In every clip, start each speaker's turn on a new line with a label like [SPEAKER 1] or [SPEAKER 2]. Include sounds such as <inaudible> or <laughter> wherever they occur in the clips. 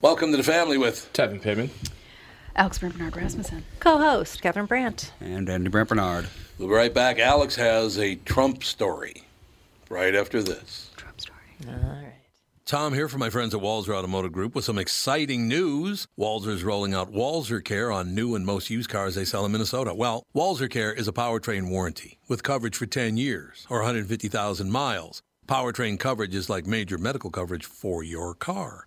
[SPEAKER 1] Welcome to the family with
[SPEAKER 2] Tevin Pittman.
[SPEAKER 3] Alex Bernard Rasmussen.
[SPEAKER 4] Co-host Catherine Brandt.
[SPEAKER 5] And Andy Brent Bernard.
[SPEAKER 1] We'll be right back. Alex has a Trump story right after this.
[SPEAKER 3] Trump story.
[SPEAKER 4] All right.
[SPEAKER 1] Tom here from my friends at Walzer Automotive Group with some exciting news. Walzer's rolling out Walzer Care on new and most used cars they sell in Minnesota. Well, Walzer Care is a powertrain warranty with coverage for 10 years or 150,000 miles. Powertrain coverage is like major medical coverage for your car.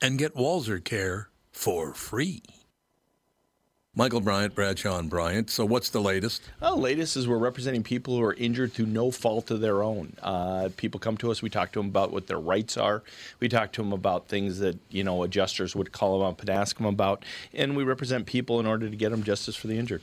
[SPEAKER 1] and get Walzer Care for free. Michael Bryant, Bradshaw and Bryant. So, what's the latest?
[SPEAKER 2] Well, the latest is we're representing people who are injured through no fault of their own. Uh, people come to us, we talk to them about what their rights are. We talk to them about things that, you know, adjusters would call them up and ask them about. And we represent people in order to get them justice for the injured.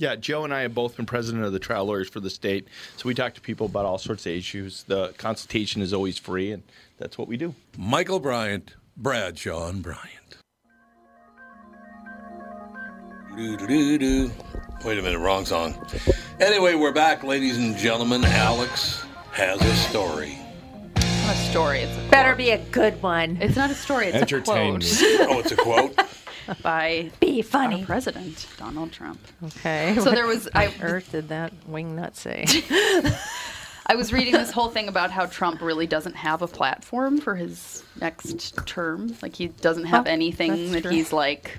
[SPEAKER 2] Yeah, Joe and I have both been president of the trial lawyers for the state. So we talk to people about all sorts of issues. The consultation is always free, and that's what we do.
[SPEAKER 1] Michael Bryant, Bradshaw and Bryant. Doo-doo-doo-doo. Wait a minute, wrong song. Anyway, we're back, ladies and gentlemen. Alex has a story.
[SPEAKER 3] It's not a story. It's a
[SPEAKER 4] Better
[SPEAKER 3] quote.
[SPEAKER 4] be a good one.
[SPEAKER 3] It's not a story. It's a
[SPEAKER 2] Entertain
[SPEAKER 3] quote
[SPEAKER 1] <laughs> Oh, it's a quote.
[SPEAKER 4] <laughs>
[SPEAKER 3] by
[SPEAKER 4] Be
[SPEAKER 3] our
[SPEAKER 4] funny.
[SPEAKER 3] president Donald Trump.
[SPEAKER 4] Okay.
[SPEAKER 3] So there was I.
[SPEAKER 4] What on earth did that wingnut say?
[SPEAKER 3] I was reading this whole thing about how Trump really doesn't have a platform for his next term. Like he doesn't have
[SPEAKER 4] Oh,
[SPEAKER 3] anything
[SPEAKER 4] that's
[SPEAKER 3] that
[SPEAKER 4] true.
[SPEAKER 3] he's like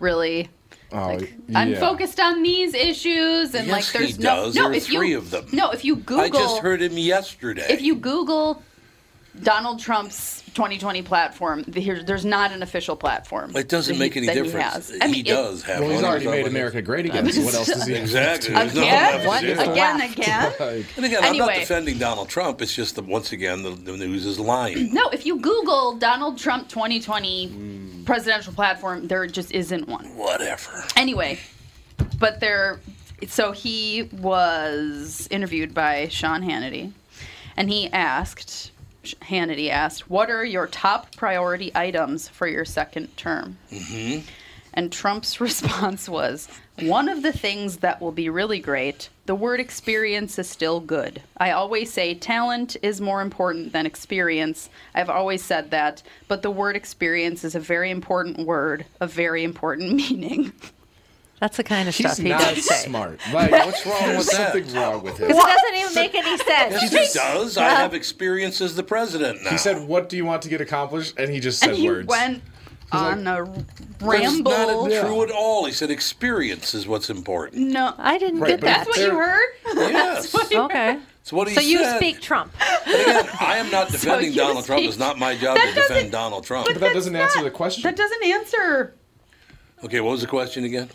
[SPEAKER 3] really.
[SPEAKER 6] Oh,
[SPEAKER 3] like, I'm
[SPEAKER 2] yeah.
[SPEAKER 3] focused on these issues, and like
[SPEAKER 1] Yes, he
[SPEAKER 3] there's no
[SPEAKER 1] does.
[SPEAKER 3] no.
[SPEAKER 1] There are
[SPEAKER 3] if you-
[SPEAKER 1] three of them.
[SPEAKER 3] No, if you Google,
[SPEAKER 1] I just heard him yesterday.
[SPEAKER 3] if you Google Donald Trump's 2020 platform, the- here, there's not an official platform.
[SPEAKER 1] it doesn't
[SPEAKER 3] that
[SPEAKER 1] make
[SPEAKER 3] he-
[SPEAKER 1] any
[SPEAKER 3] that
[SPEAKER 1] difference.
[SPEAKER 3] He, has. I mean, it-
[SPEAKER 1] does have.
[SPEAKER 2] Well, he's
[SPEAKER 1] one.
[SPEAKER 2] already
[SPEAKER 1] not
[SPEAKER 2] made
[SPEAKER 1] like-
[SPEAKER 2] America great again. So what else does he have?
[SPEAKER 1] Exactly. There's no
[SPEAKER 3] Again?
[SPEAKER 1] left to do.
[SPEAKER 4] What?
[SPEAKER 3] Again,
[SPEAKER 4] left.
[SPEAKER 2] <laughs>
[SPEAKER 3] again.
[SPEAKER 1] And again, I'm not
[SPEAKER 3] Anyway.
[SPEAKER 1] defending Donald Trump. It's just that once again, the, the news is lying.
[SPEAKER 3] <clears throat> No, if you Google Donald Trump 2020 presidential platform, there just isn't one.
[SPEAKER 1] Whatever.
[SPEAKER 3] Anyway, but there, so he was interviewed by Sean Hannity, and he asked, Hannity asked, what are your top priority items for your second term? And Trump's <laughs> response was one of the things that will be really great, the word experience is still good. I always say talent is more important than experience. I've always said that, but the word experience is a very important word, a very important <laughs> meaning.
[SPEAKER 4] That's the kind of
[SPEAKER 2] He's
[SPEAKER 4] stuff he
[SPEAKER 2] not
[SPEAKER 4] does say.
[SPEAKER 2] smart. Like, what's wrong with
[SPEAKER 1] that?
[SPEAKER 2] Something's wrong with him.
[SPEAKER 4] Because it doesn't even make any sense.
[SPEAKER 3] <laughs>
[SPEAKER 1] Yes, he does. I have experience as the president now.
[SPEAKER 2] He said, "What do you want to get accomplished?" And he just said
[SPEAKER 3] And he
[SPEAKER 2] words.
[SPEAKER 3] went on a
[SPEAKER 1] That's
[SPEAKER 3] ramble.
[SPEAKER 1] not
[SPEAKER 2] Yeah.
[SPEAKER 1] true at all. He said experience is is what's important.
[SPEAKER 3] no,
[SPEAKER 4] I didn't
[SPEAKER 2] Right,
[SPEAKER 4] get
[SPEAKER 2] but
[SPEAKER 4] that.
[SPEAKER 3] that's what you heard? <laughs>
[SPEAKER 1] Yes. That's
[SPEAKER 4] Okay.
[SPEAKER 1] what he
[SPEAKER 4] So you
[SPEAKER 1] said.
[SPEAKER 4] speak Trump.
[SPEAKER 1] But again, I am
[SPEAKER 3] <laughs>
[SPEAKER 1] not defending
[SPEAKER 3] you
[SPEAKER 1] Donald Trump.
[SPEAKER 3] speak-
[SPEAKER 1] It's not my job
[SPEAKER 3] That
[SPEAKER 1] to defend
[SPEAKER 3] doesn't-
[SPEAKER 1] Donald Trump.
[SPEAKER 2] But that doesn't answer the question.
[SPEAKER 3] That doesn't answer.
[SPEAKER 1] Okay, what was the question again?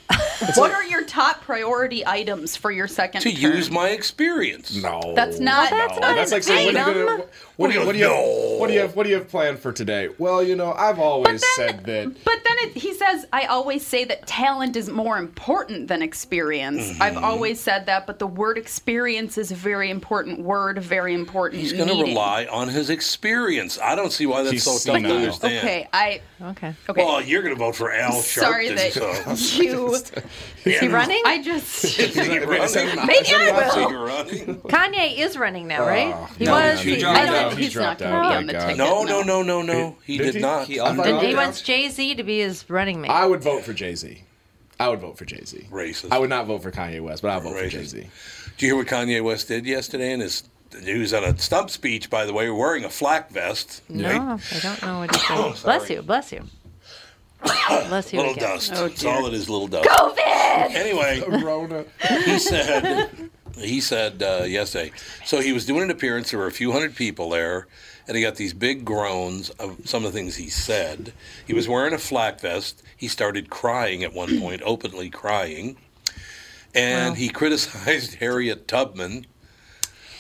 [SPEAKER 3] What are your top priority items for your second
[SPEAKER 1] To
[SPEAKER 3] term?
[SPEAKER 1] use my experience.
[SPEAKER 2] no,
[SPEAKER 3] That's not.
[SPEAKER 4] Well, that's not
[SPEAKER 2] Oh, That's like saying, what,
[SPEAKER 4] Item?
[SPEAKER 2] are you gonna, what, do you, what, do you,
[SPEAKER 1] No.
[SPEAKER 2] what do you have? What do you have planned for today? Well, you know, I've always said that.
[SPEAKER 3] But then it, he says, I always say that talent is more important than experience.
[SPEAKER 1] Mm-hmm.
[SPEAKER 3] I've always said that, but the word experience is a very important word, a very important
[SPEAKER 1] He's going to
[SPEAKER 3] meaning.
[SPEAKER 1] rely on his experience. I don't see why that's
[SPEAKER 2] He's
[SPEAKER 1] so tough
[SPEAKER 2] senile.
[SPEAKER 1] to understand.
[SPEAKER 3] Okay, I.
[SPEAKER 4] Okay.
[SPEAKER 3] Okay.
[SPEAKER 1] Well, you're going to vote for Al
[SPEAKER 3] <laughs> sorry
[SPEAKER 1] Sharpton,
[SPEAKER 3] that
[SPEAKER 1] so.
[SPEAKER 2] <laughs>
[SPEAKER 3] you.
[SPEAKER 4] Is he running?
[SPEAKER 3] I just.
[SPEAKER 1] You're running?
[SPEAKER 4] Maybe I
[SPEAKER 1] So
[SPEAKER 4] will.
[SPEAKER 1] you're running?
[SPEAKER 4] Kanye is running now, right?
[SPEAKER 2] Oh,
[SPEAKER 4] he
[SPEAKER 1] no,
[SPEAKER 4] was.
[SPEAKER 1] he
[SPEAKER 4] He,
[SPEAKER 1] dropped
[SPEAKER 4] I
[SPEAKER 3] I
[SPEAKER 4] don't
[SPEAKER 3] don't
[SPEAKER 2] out.
[SPEAKER 3] think
[SPEAKER 2] He
[SPEAKER 3] he's
[SPEAKER 2] dropped out.
[SPEAKER 3] not going to be on the
[SPEAKER 2] Thank God.
[SPEAKER 3] ticket.
[SPEAKER 1] No, no, no, no, no. He did, not.
[SPEAKER 5] He
[SPEAKER 2] I
[SPEAKER 5] offered
[SPEAKER 2] thought-
[SPEAKER 5] up-
[SPEAKER 4] He wants Jay Z to be his running mate.
[SPEAKER 2] I would vote for Jay Z. I would vote for Jay Z.
[SPEAKER 1] Racist.
[SPEAKER 2] I would not vote for Kanye West, but I would vote for
[SPEAKER 1] Racist.
[SPEAKER 2] Jay Z.
[SPEAKER 1] Did you hear what Kanye West did yesterday? And his he was on a stump speech, by the way, wearing a flak vest.
[SPEAKER 4] no,
[SPEAKER 1] right? <coughs>
[SPEAKER 4] I don't know what he's saying. bless you, bless you. Let's hear
[SPEAKER 1] Little
[SPEAKER 4] it again.
[SPEAKER 1] dust.
[SPEAKER 3] Oh,
[SPEAKER 1] It's all it is, little dust.
[SPEAKER 3] COVID.
[SPEAKER 1] Anyway,
[SPEAKER 5] Corona.
[SPEAKER 1] he said he said uh, yesterday. So he was doing an appearance. There were a few hundred people there, and he got these big groans of some of the things he said. He was wearing a flak vest. He started crying at one point, openly crying, and he criticized <laughs> Harriet Tubman,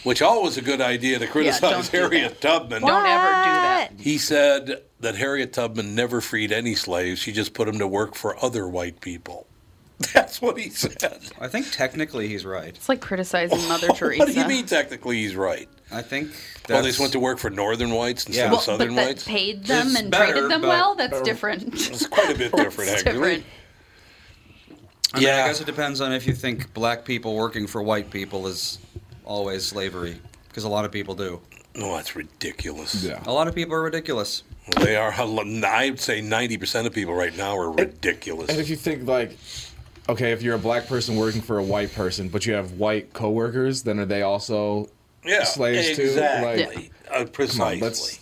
[SPEAKER 1] which always a good idea to criticize
[SPEAKER 3] don't do that.
[SPEAKER 1] Harriet Tubman.
[SPEAKER 3] Don't ever do that.
[SPEAKER 1] He said that Harriet Tubman never freed any slaves. She just put them to work for other white people. <laughs> That's what he said.
[SPEAKER 5] I think technically he's right.
[SPEAKER 3] It's like
[SPEAKER 1] <laughs>
[SPEAKER 3] criticizing Mother Teresa.
[SPEAKER 1] What do you mean technically he's right?
[SPEAKER 5] I think that's,
[SPEAKER 1] Well, they just went to
[SPEAKER 3] <laughs>
[SPEAKER 1] work for northern whites instead
[SPEAKER 5] Yeah.
[SPEAKER 1] of
[SPEAKER 3] Well,
[SPEAKER 1] southern
[SPEAKER 3] but that
[SPEAKER 1] whites.
[SPEAKER 3] paid them
[SPEAKER 5] It's
[SPEAKER 3] and
[SPEAKER 5] better,
[SPEAKER 3] treated them
[SPEAKER 5] but-
[SPEAKER 3] well. That's different.
[SPEAKER 1] It's quite a bit different,
[SPEAKER 3] It's
[SPEAKER 1] actually.
[SPEAKER 3] different.
[SPEAKER 5] I mean,
[SPEAKER 1] Yeah.
[SPEAKER 5] I guess it depends on if you think black people working for white people is always slavery, because a lot of people do.
[SPEAKER 1] No, Oh, that's ridiculous.
[SPEAKER 5] A lot of people are ridiculous.
[SPEAKER 1] They are, I'd say 90% of people right now are ridiculous.
[SPEAKER 6] And if you think like, okay, if you're a black person working for a white person, but you have white coworkers, then are they also
[SPEAKER 1] yeah,
[SPEAKER 6] slaves too,
[SPEAKER 1] exactly.
[SPEAKER 6] like-
[SPEAKER 1] Uh,
[SPEAKER 6] come on,
[SPEAKER 1] precisely.
[SPEAKER 6] let's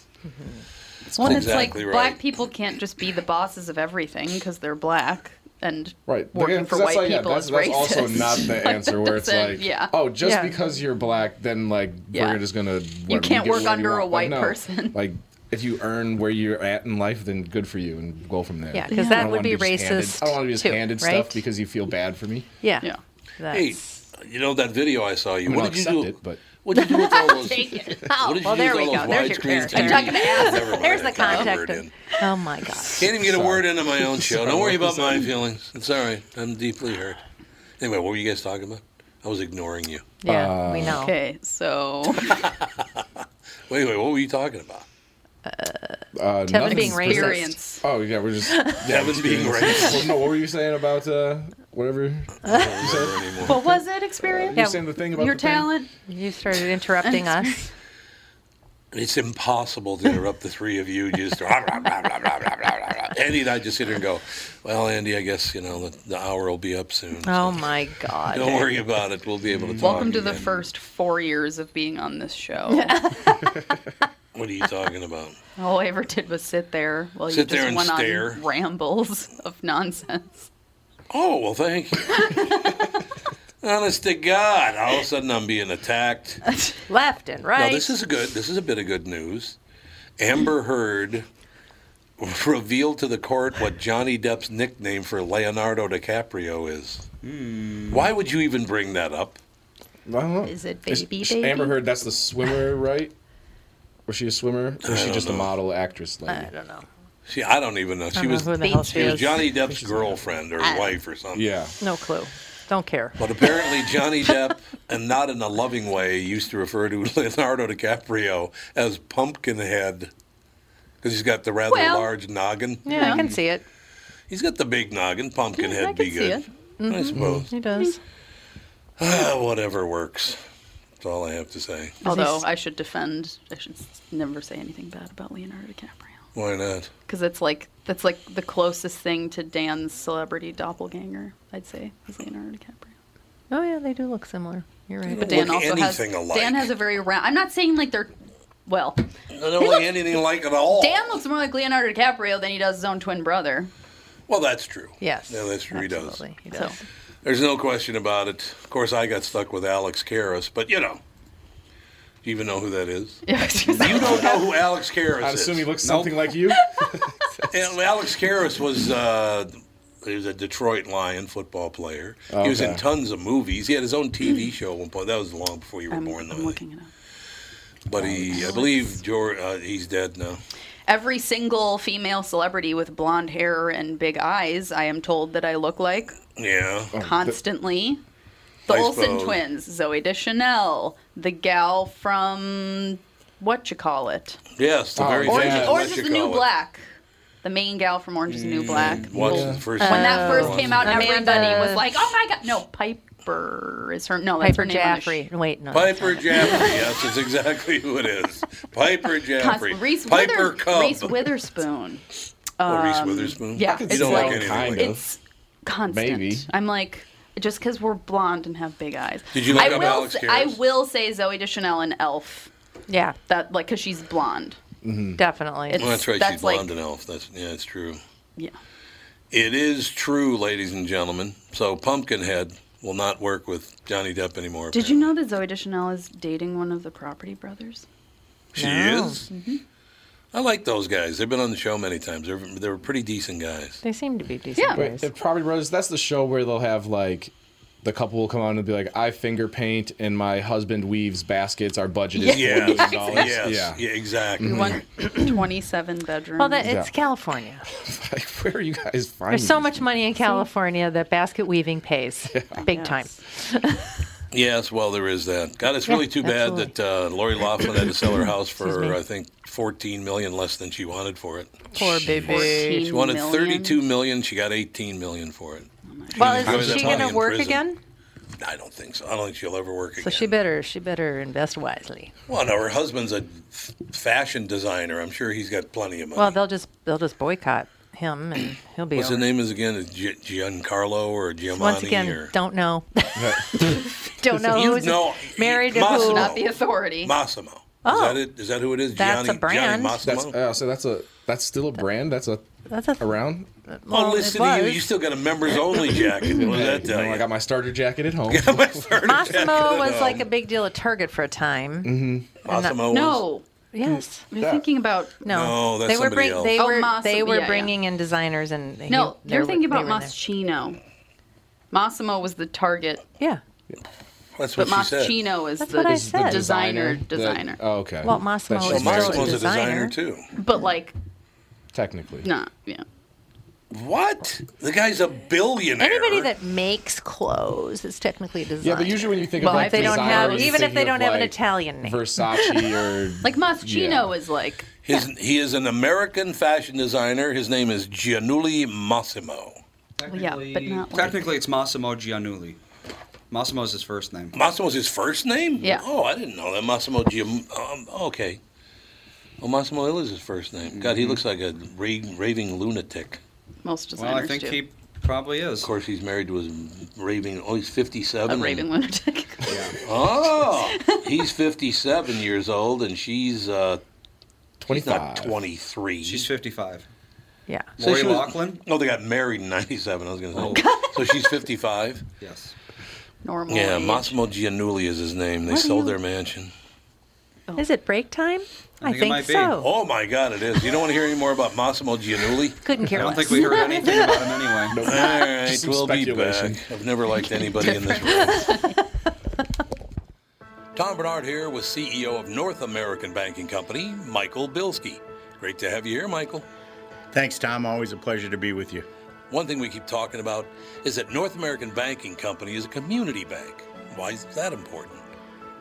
[SPEAKER 3] Well, and
[SPEAKER 1] exactly
[SPEAKER 3] it's like
[SPEAKER 1] right.
[SPEAKER 3] black people can't just be the bosses of everything because they're black and
[SPEAKER 6] right
[SPEAKER 3] working
[SPEAKER 6] Again, 'cause
[SPEAKER 3] for
[SPEAKER 6] that's
[SPEAKER 3] white
[SPEAKER 6] like- yeah,
[SPEAKER 3] people
[SPEAKER 6] that's,
[SPEAKER 3] is
[SPEAKER 6] that's
[SPEAKER 3] racist.
[SPEAKER 6] also not
[SPEAKER 3] <laughs>
[SPEAKER 6] the answer where it's
[SPEAKER 3] doesn't-
[SPEAKER 6] like,
[SPEAKER 3] yeah.
[SPEAKER 6] oh, just
[SPEAKER 4] Yeah.
[SPEAKER 6] because you're black, then like
[SPEAKER 3] Yeah.
[SPEAKER 6] we're just gonna whatever,
[SPEAKER 3] can't
[SPEAKER 6] get
[SPEAKER 3] work
[SPEAKER 6] whatever
[SPEAKER 3] under
[SPEAKER 6] you
[SPEAKER 3] a
[SPEAKER 6] want.
[SPEAKER 3] white
[SPEAKER 6] Like, no.
[SPEAKER 3] person.
[SPEAKER 6] <laughs> Like if you earn where you're at in life, then good for you, and go from there.
[SPEAKER 4] Yeah,
[SPEAKER 6] I
[SPEAKER 4] because
[SPEAKER 6] don't
[SPEAKER 4] that
[SPEAKER 6] wanna
[SPEAKER 4] would be
[SPEAKER 6] just handed-
[SPEAKER 4] racist.
[SPEAKER 6] I don't want to be just
[SPEAKER 4] too,
[SPEAKER 6] handed
[SPEAKER 4] right?
[SPEAKER 6] stuff because you feel bad for me.
[SPEAKER 4] yeah,
[SPEAKER 3] Yeah.
[SPEAKER 1] Hey,
[SPEAKER 4] that's-
[SPEAKER 1] you know that video I saw you?
[SPEAKER 6] I mean, I'll
[SPEAKER 1] What did you
[SPEAKER 6] accept
[SPEAKER 1] do?
[SPEAKER 6] it, but
[SPEAKER 1] What did you do with all those?
[SPEAKER 3] Take it.
[SPEAKER 4] Oh,
[SPEAKER 1] What did you
[SPEAKER 4] well,
[SPEAKER 1] do
[SPEAKER 4] there
[SPEAKER 1] with
[SPEAKER 4] we
[SPEAKER 1] all
[SPEAKER 4] go.
[SPEAKER 1] those
[SPEAKER 4] There's your
[SPEAKER 1] widescreen
[SPEAKER 4] character. I'm talking to <laughs>
[SPEAKER 1] TVs? Never
[SPEAKER 4] ask.
[SPEAKER 1] mind,
[SPEAKER 4] There's
[SPEAKER 1] I
[SPEAKER 4] the
[SPEAKER 1] got a word
[SPEAKER 4] contact.
[SPEAKER 1] in.
[SPEAKER 4] Oh my gosh.
[SPEAKER 1] Can't even get a
[SPEAKER 6] Sorry.
[SPEAKER 1] word into my own
[SPEAKER 6] <laughs>
[SPEAKER 1] show.
[SPEAKER 6] Sorry,
[SPEAKER 1] Don't worry
[SPEAKER 6] what
[SPEAKER 1] about
[SPEAKER 6] was
[SPEAKER 1] my
[SPEAKER 6] that?
[SPEAKER 1] feelings. It's all right. I'm deeply hurt. Anyway, what were you guys talking about? I was ignoring you.
[SPEAKER 4] Yeah,
[SPEAKER 6] Uh,
[SPEAKER 4] we know.
[SPEAKER 3] Okay,
[SPEAKER 6] <laughs>
[SPEAKER 3] so
[SPEAKER 1] Wait, wait, what were you talking about?
[SPEAKER 6] uh,
[SPEAKER 4] Tevin being
[SPEAKER 6] nothing's-
[SPEAKER 4] racist.
[SPEAKER 3] experience.
[SPEAKER 6] Oh yeah, we're
[SPEAKER 3] <laughs>
[SPEAKER 6] just yeah,
[SPEAKER 1] Kevin
[SPEAKER 6] <laughs>
[SPEAKER 1] being racist.
[SPEAKER 6] well, no, what were you saying about uh, whatever?
[SPEAKER 1] <laughs> I don't remember anymore.
[SPEAKER 3] What was it? Experience?
[SPEAKER 6] You were saying the thing about
[SPEAKER 3] Your
[SPEAKER 6] the thing?
[SPEAKER 3] talent?
[SPEAKER 4] You started
[SPEAKER 3] <laughs>
[SPEAKER 4] interrupting us.
[SPEAKER 1] It's impossible to interrupt the three of you. Just <laughs> rah, rah, rah, rah, rah, rah, rah, rah. Andy and I just sit here and go, well, Andy, I guess, you know, the, the hour will be up soon. so
[SPEAKER 4] Oh Mm. my god.
[SPEAKER 1] Don't worry about it. We'll be able to talk.
[SPEAKER 3] Welcome to the
[SPEAKER 1] again.
[SPEAKER 3] first four years of being on
[SPEAKER 4] <laughs>
[SPEAKER 3] this show.
[SPEAKER 1] What are you talking about? <laughs>
[SPEAKER 3] All I ever did was sit there while you
[SPEAKER 1] Sit
[SPEAKER 3] just
[SPEAKER 1] there and
[SPEAKER 3] went
[SPEAKER 1] stare.
[SPEAKER 3] on rambles of nonsense.
[SPEAKER 1] Oh, well, thank you. <laughs> Honest to God, all of a sudden I'm being attacked.
[SPEAKER 4] Left and right.
[SPEAKER 1] Now this is a good. This is a bit of good news. Amber Heard <laughs> revealed to the court what Johnny Depp's nickname for Leonardo DiCaprio is. Why would you even bring that up?
[SPEAKER 6] I don't know.
[SPEAKER 4] Is it
[SPEAKER 6] Is-
[SPEAKER 4] baby
[SPEAKER 6] is
[SPEAKER 4] baby?
[SPEAKER 6] Amber Heard, that's the swimmer, right? Was she a swimmer? Or was
[SPEAKER 1] I
[SPEAKER 6] she
[SPEAKER 1] don't
[SPEAKER 6] just
[SPEAKER 1] know.
[SPEAKER 6] a model actress? Lady?
[SPEAKER 4] I don't know.
[SPEAKER 1] She, I don't even know.
[SPEAKER 4] I
[SPEAKER 1] She
[SPEAKER 4] don't know
[SPEAKER 1] was,
[SPEAKER 4] who the
[SPEAKER 1] she
[SPEAKER 4] hell she
[SPEAKER 1] was
[SPEAKER 4] is.
[SPEAKER 1] Johnny Depp's girlfriend or wife or something.
[SPEAKER 6] Yeah.
[SPEAKER 4] No clue. Don't care.
[SPEAKER 1] But apparently Johnny Depp, and not in a loving way, used to refer to <laughs> Leonardo DiCaprio as Pumpkinhead because he's got the rather
[SPEAKER 3] Well-
[SPEAKER 1] large noggin.
[SPEAKER 4] Yeah, I can see it.
[SPEAKER 1] He's got the big noggin. Pumpkinhead
[SPEAKER 3] I
[SPEAKER 1] be
[SPEAKER 3] can see
[SPEAKER 1] good. I suppose.
[SPEAKER 4] Mm-hmm. He does.
[SPEAKER 1] Ah, whatever works. That's all I have to say.
[SPEAKER 3] Although I should defend, I should s- never say anything bad about Leonardo DiCaprio.
[SPEAKER 1] Why not?
[SPEAKER 3] because it's like that's like the closest thing to Dan's celebrity doppelganger. I'd say is Leonardo DiCaprio.
[SPEAKER 4] Oh yeah, they do look similar. You're right.
[SPEAKER 3] But Dan
[SPEAKER 1] look
[SPEAKER 3] also has
[SPEAKER 1] anything alike.
[SPEAKER 3] Dan has a very round. I'm not saying like they're well.
[SPEAKER 1] I don't like anything like it at all.
[SPEAKER 3] Dan looks more like Leonardo DiCaprio than he does his own twin brother.
[SPEAKER 1] Well, that's true.
[SPEAKER 4] yes.
[SPEAKER 1] Yeah, that's true. He does.
[SPEAKER 4] Absolutely. He
[SPEAKER 3] So
[SPEAKER 4] does.
[SPEAKER 1] There's no question about it. Of course, I got stuck with Alex Karras, but you know. Do you even know who that is?
[SPEAKER 3] yeah,
[SPEAKER 1] You don't know who Alex Karras
[SPEAKER 6] I'd
[SPEAKER 1] is.
[SPEAKER 6] assume he looks something
[SPEAKER 4] <laughs>
[SPEAKER 6] like you.
[SPEAKER 1] And Alex Karras was uh, he was a Detroit Lion football player. He was in
[SPEAKER 6] Okay.
[SPEAKER 1] tons of movies. He had his own TV show at one point. That was long before you were
[SPEAKER 3] I'm,
[SPEAKER 1] born, though.
[SPEAKER 3] I'm
[SPEAKER 1] I think.
[SPEAKER 3] looking it up.
[SPEAKER 1] But he, I believe, George, uh, he's dead now.
[SPEAKER 3] Every single female celebrity with blonde hair and big eyes, I am told that I look like
[SPEAKER 1] Yeah.
[SPEAKER 6] Oh,
[SPEAKER 3] constantly. The
[SPEAKER 1] I
[SPEAKER 3] Olsen
[SPEAKER 1] suppose.
[SPEAKER 3] twins, Zoe Deschanel, the gal from what you call it,
[SPEAKER 1] Yes, the
[SPEAKER 6] Oh,
[SPEAKER 1] very
[SPEAKER 6] Orange-
[SPEAKER 3] Orange,
[SPEAKER 1] famous
[SPEAKER 3] Orange is
[SPEAKER 1] what
[SPEAKER 3] the
[SPEAKER 1] you
[SPEAKER 3] New
[SPEAKER 1] call it. Mm,
[SPEAKER 3] Black. The main gal from Orange is the New Black.
[SPEAKER 1] What's
[SPEAKER 6] Mm, Yeah.
[SPEAKER 1] the first
[SPEAKER 3] When that
[SPEAKER 1] name?
[SPEAKER 3] first came out,
[SPEAKER 4] Amanda-
[SPEAKER 3] everybody was like, "Oh my god!" No, Piper is her. No, that's
[SPEAKER 4] Piper
[SPEAKER 3] her name on the sh-
[SPEAKER 4] Jaffrey. Wait, no. that's
[SPEAKER 1] Piper
[SPEAKER 4] not it.
[SPEAKER 1] Jaffrey. yes, that's exactly who it is. Piper
[SPEAKER 3] Cos-
[SPEAKER 1] Jaffrey.
[SPEAKER 3] Reese,
[SPEAKER 1] Piper
[SPEAKER 3] Wither-
[SPEAKER 1] Cub.
[SPEAKER 3] Reese Witherspoon. Um,
[SPEAKER 1] oh, Reese Witherspoon.
[SPEAKER 3] yeah,
[SPEAKER 1] you
[SPEAKER 3] it's
[SPEAKER 1] don't
[SPEAKER 3] like-
[SPEAKER 1] like, anything. like
[SPEAKER 6] kind
[SPEAKER 1] that.
[SPEAKER 6] of.
[SPEAKER 3] It's constant.
[SPEAKER 6] Maybe.
[SPEAKER 3] I'm like, just because we're blonde and have big eyes.
[SPEAKER 1] Did you look
[SPEAKER 3] I
[SPEAKER 1] up
[SPEAKER 3] will
[SPEAKER 1] Alex
[SPEAKER 3] say, I
[SPEAKER 1] Karras?
[SPEAKER 3] will say Zoe Deschanel and Elf.
[SPEAKER 4] Yeah, Mm.
[SPEAKER 3] That like, cause she's blonde.
[SPEAKER 6] Mm-hmm.
[SPEAKER 4] definitely.
[SPEAKER 3] It's-
[SPEAKER 1] Well, that's right.
[SPEAKER 3] that's
[SPEAKER 1] She's
[SPEAKER 3] like-
[SPEAKER 1] blonde and elf. That's yeah, it's true.
[SPEAKER 3] Yeah.
[SPEAKER 1] It is true, ladies and gentlemen. So Pumpkinhead will not work with Johnny Depp anymore.
[SPEAKER 3] Did you know that Zoe Deschanel is dating one of the Property Brothers? Mm-hmm.
[SPEAKER 1] She is.
[SPEAKER 3] <clears throat>
[SPEAKER 1] I like those guys. They've been on the show many times. They're they're pretty decent guys.
[SPEAKER 4] They seem to be decent
[SPEAKER 3] Yeah.
[SPEAKER 6] Wait,
[SPEAKER 4] guys.
[SPEAKER 6] if Property Brothers, that's the show where they'll have like the couple will come on and be like, I finger paint and my husband weaves baskets. Our budget is
[SPEAKER 1] Yeah.
[SPEAKER 6] $4 million.
[SPEAKER 1] Yes.
[SPEAKER 6] Yeah. Mm-hmm.
[SPEAKER 1] Yeah. exactly.
[SPEAKER 3] We want 27 bedrooms.
[SPEAKER 4] Well, that, it's
[SPEAKER 6] Yeah.
[SPEAKER 4] California.
[SPEAKER 6] Like, <laughs> where are you guys finding
[SPEAKER 4] There's so
[SPEAKER 6] these?
[SPEAKER 4] much money in California that basket
[SPEAKER 1] <laughs>
[SPEAKER 4] weaving pays big time. <laughs>
[SPEAKER 1] Yes, well, there is that. God, it's really
[SPEAKER 4] Yeah,
[SPEAKER 1] too bad
[SPEAKER 4] absolutely.
[SPEAKER 1] that uh, Lori Laughlin had to sell her house
[SPEAKER 4] Excuse
[SPEAKER 1] for
[SPEAKER 4] me.
[SPEAKER 1] I think 14 million less than she wanted for it.
[SPEAKER 4] Poor baby.
[SPEAKER 3] 14
[SPEAKER 1] She wanted
[SPEAKER 3] million.
[SPEAKER 1] 32 million. She got 18 million for it.
[SPEAKER 4] Well,
[SPEAKER 1] She was
[SPEAKER 4] is she
[SPEAKER 1] probably
[SPEAKER 4] going to
[SPEAKER 1] in
[SPEAKER 4] work
[SPEAKER 1] prison.
[SPEAKER 4] again?
[SPEAKER 1] I don't think so. I don't think she'll ever work again.
[SPEAKER 4] So she better she better invest wisely.
[SPEAKER 1] Well, no, her husband's a f- fashion designer. I'm sure he's got plenty of money.
[SPEAKER 4] Well, they'll just they'll just boycott him and he'll be.
[SPEAKER 1] What's
[SPEAKER 4] over.
[SPEAKER 1] his name is again? Is Gi- Giancarlo or Giamatti?
[SPEAKER 4] Once again,
[SPEAKER 1] or... <laughs>
[SPEAKER 4] don't know. don't know
[SPEAKER 1] You
[SPEAKER 4] who's
[SPEAKER 1] know-
[SPEAKER 4] married to
[SPEAKER 1] Must
[SPEAKER 4] who.
[SPEAKER 1] know.
[SPEAKER 3] not the authority.
[SPEAKER 1] Massimo.
[SPEAKER 4] Oh.
[SPEAKER 1] Is that it? Is that who it is?
[SPEAKER 4] That's
[SPEAKER 1] Gianni,
[SPEAKER 4] a brand.
[SPEAKER 1] Gianni Massimo.
[SPEAKER 6] That's uh, so. That's a that's still a brand. That's a
[SPEAKER 4] That's a
[SPEAKER 6] around.
[SPEAKER 1] oh,
[SPEAKER 4] well, it
[SPEAKER 1] listen to you.
[SPEAKER 4] was.
[SPEAKER 1] You still got a members only jacket. What does
[SPEAKER 6] <laughs>
[SPEAKER 1] that uh,
[SPEAKER 6] You
[SPEAKER 1] tell
[SPEAKER 6] know, I got
[SPEAKER 1] you?
[SPEAKER 6] my starter jacket at home.
[SPEAKER 4] Massimo was like a big deal at Target for a
[SPEAKER 1] Mm.
[SPEAKER 4] time.
[SPEAKER 6] Mm-hmm.
[SPEAKER 1] Massimo. was-
[SPEAKER 3] no,
[SPEAKER 4] Yes.
[SPEAKER 3] you're thinking about.
[SPEAKER 4] No.
[SPEAKER 1] No, that's
[SPEAKER 4] they were
[SPEAKER 1] somebody
[SPEAKER 4] bring,
[SPEAKER 1] else.
[SPEAKER 4] They
[SPEAKER 3] Oh,
[SPEAKER 4] were
[SPEAKER 3] Massimo-
[SPEAKER 4] they were
[SPEAKER 3] yeah, yeah.
[SPEAKER 4] bringing in designers and he-
[SPEAKER 3] No,
[SPEAKER 4] they
[SPEAKER 3] you're
[SPEAKER 4] were-
[SPEAKER 3] thinking about
[SPEAKER 4] they were there.
[SPEAKER 3] Moschino. Massimo was the target,
[SPEAKER 4] Yeah.
[SPEAKER 1] That's
[SPEAKER 3] but
[SPEAKER 1] what she said.
[SPEAKER 3] Moschino is
[SPEAKER 4] That's
[SPEAKER 3] the
[SPEAKER 4] what I
[SPEAKER 3] is the
[SPEAKER 4] said.
[SPEAKER 3] designer.
[SPEAKER 6] that-
[SPEAKER 3] Designer,
[SPEAKER 6] oh, okay.
[SPEAKER 4] Well, Massimo is
[SPEAKER 6] That's
[SPEAKER 1] Well,
[SPEAKER 6] just
[SPEAKER 4] still
[SPEAKER 6] married.
[SPEAKER 1] Massimo's a designer
[SPEAKER 4] designer.
[SPEAKER 1] too.
[SPEAKER 3] but like
[SPEAKER 6] technically.
[SPEAKER 3] not. Yeah,
[SPEAKER 1] What? The guy's a billionaire.
[SPEAKER 4] Anybody that makes clothes is technically a designer.
[SPEAKER 6] Yeah, but usually when you think
[SPEAKER 4] Well,
[SPEAKER 6] of like
[SPEAKER 4] if they don't
[SPEAKER 6] designer,
[SPEAKER 4] have-
[SPEAKER 6] you're
[SPEAKER 4] even if they
[SPEAKER 6] thinking
[SPEAKER 4] don't
[SPEAKER 6] of,
[SPEAKER 4] have an
[SPEAKER 6] like,
[SPEAKER 4] Italian name. <laughs>
[SPEAKER 6] Versace or
[SPEAKER 3] like Moschino is like
[SPEAKER 1] His, He is an American fashion designer. His name is Gianulli Massimo.
[SPEAKER 3] well, yeah, but not like
[SPEAKER 5] Technically, it's Massimo Giannulli. Massimo's his first name.
[SPEAKER 1] Massimo's his first name?
[SPEAKER 3] Yeah.
[SPEAKER 1] Oh, I didn't know that. Massimo Giam. Um, okay. Well, Massimo Hill is his first name. God, he
[SPEAKER 5] Mm-hmm.
[SPEAKER 1] looks like a ra- raving lunatic.
[SPEAKER 3] most
[SPEAKER 5] Well,
[SPEAKER 3] designers
[SPEAKER 5] I think
[SPEAKER 3] do.
[SPEAKER 5] he probably is.
[SPEAKER 1] Of course, he's married to his raving. Oh, he's 57.
[SPEAKER 3] a
[SPEAKER 1] and-
[SPEAKER 3] raving lunatic.
[SPEAKER 4] <laughs>
[SPEAKER 1] Oh, he's 57 years old, and she's uh,
[SPEAKER 6] twenty
[SPEAKER 1] she's not
[SPEAKER 6] five.
[SPEAKER 1] 23.
[SPEAKER 5] She's 55.
[SPEAKER 4] Yeah.
[SPEAKER 1] So
[SPEAKER 5] Lori
[SPEAKER 1] she was-
[SPEAKER 5] Loughlin? Oh.
[SPEAKER 1] Oh, they got married in 97. I was going to say. so she's 55.
[SPEAKER 5] Yes.
[SPEAKER 3] Normal.
[SPEAKER 1] Yeah,
[SPEAKER 3] age.
[SPEAKER 1] Massimo Giannulli is his name. They
[SPEAKER 4] What do
[SPEAKER 1] sold
[SPEAKER 4] you-
[SPEAKER 1] their mansion.
[SPEAKER 4] Oh. Is it break time? I,
[SPEAKER 5] think it
[SPEAKER 4] think,
[SPEAKER 5] might be.
[SPEAKER 4] so.
[SPEAKER 1] Oh, my God, it is. You don't want to hear any more about Massimo Giannulli?
[SPEAKER 4] Couldn't care
[SPEAKER 5] I don't
[SPEAKER 4] less.
[SPEAKER 5] think we heard
[SPEAKER 4] <laughs>
[SPEAKER 5] anything about him anyway.
[SPEAKER 1] All right,
[SPEAKER 6] some
[SPEAKER 1] we'll be
[SPEAKER 6] speculation.
[SPEAKER 1] back. I've never liked anybody in this room.
[SPEAKER 5] <laughs>
[SPEAKER 1] Tom Bernard here with CEO of North American Banking Company, Michael Bilski. Great to have you here, Michael.
[SPEAKER 7] Thanks, Tom. Always a pleasure to be with you.
[SPEAKER 1] One thing we keep talking about is that North American Banking Company is a community bank. Why is that important?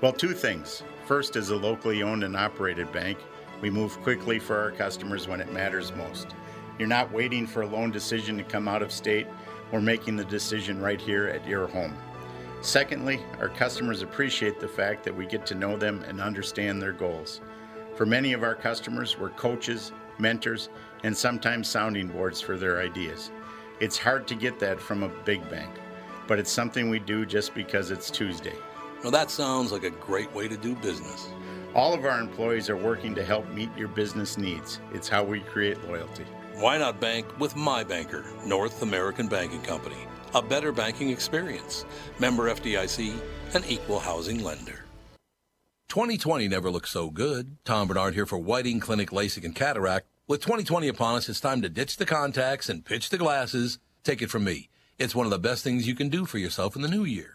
[SPEAKER 7] Well, two things. First, as a locally owned and operated bank, we move quickly for our customers when it matters most. You're not waiting for a loan decision to come out of state, we're making the decision right here at your home. Secondly, our customers appreciate the fact that we get to know them and understand their goals. For many of our customers, we're coaches, mentors, and sometimes sounding boards for their ideas. It's hard to get that from a big bank, but it's something we do just because it's Tuesday.
[SPEAKER 1] Well, that sounds like a great way to do business.
[SPEAKER 7] All of our employees are working to help meet your business needs. It's how we create loyalty.
[SPEAKER 1] Why not bank with my banker, North American Banking Company? A better banking experience. Member FDIC, an equal housing lender. 2020 never looked so good. Tom Bernard here for Whiting Clinic LASIK and Cataract. With 2020 upon us, it's time to ditch the contacts and pitch the glasses. Take it from me. It's one of the best things you can do for yourself in the new year.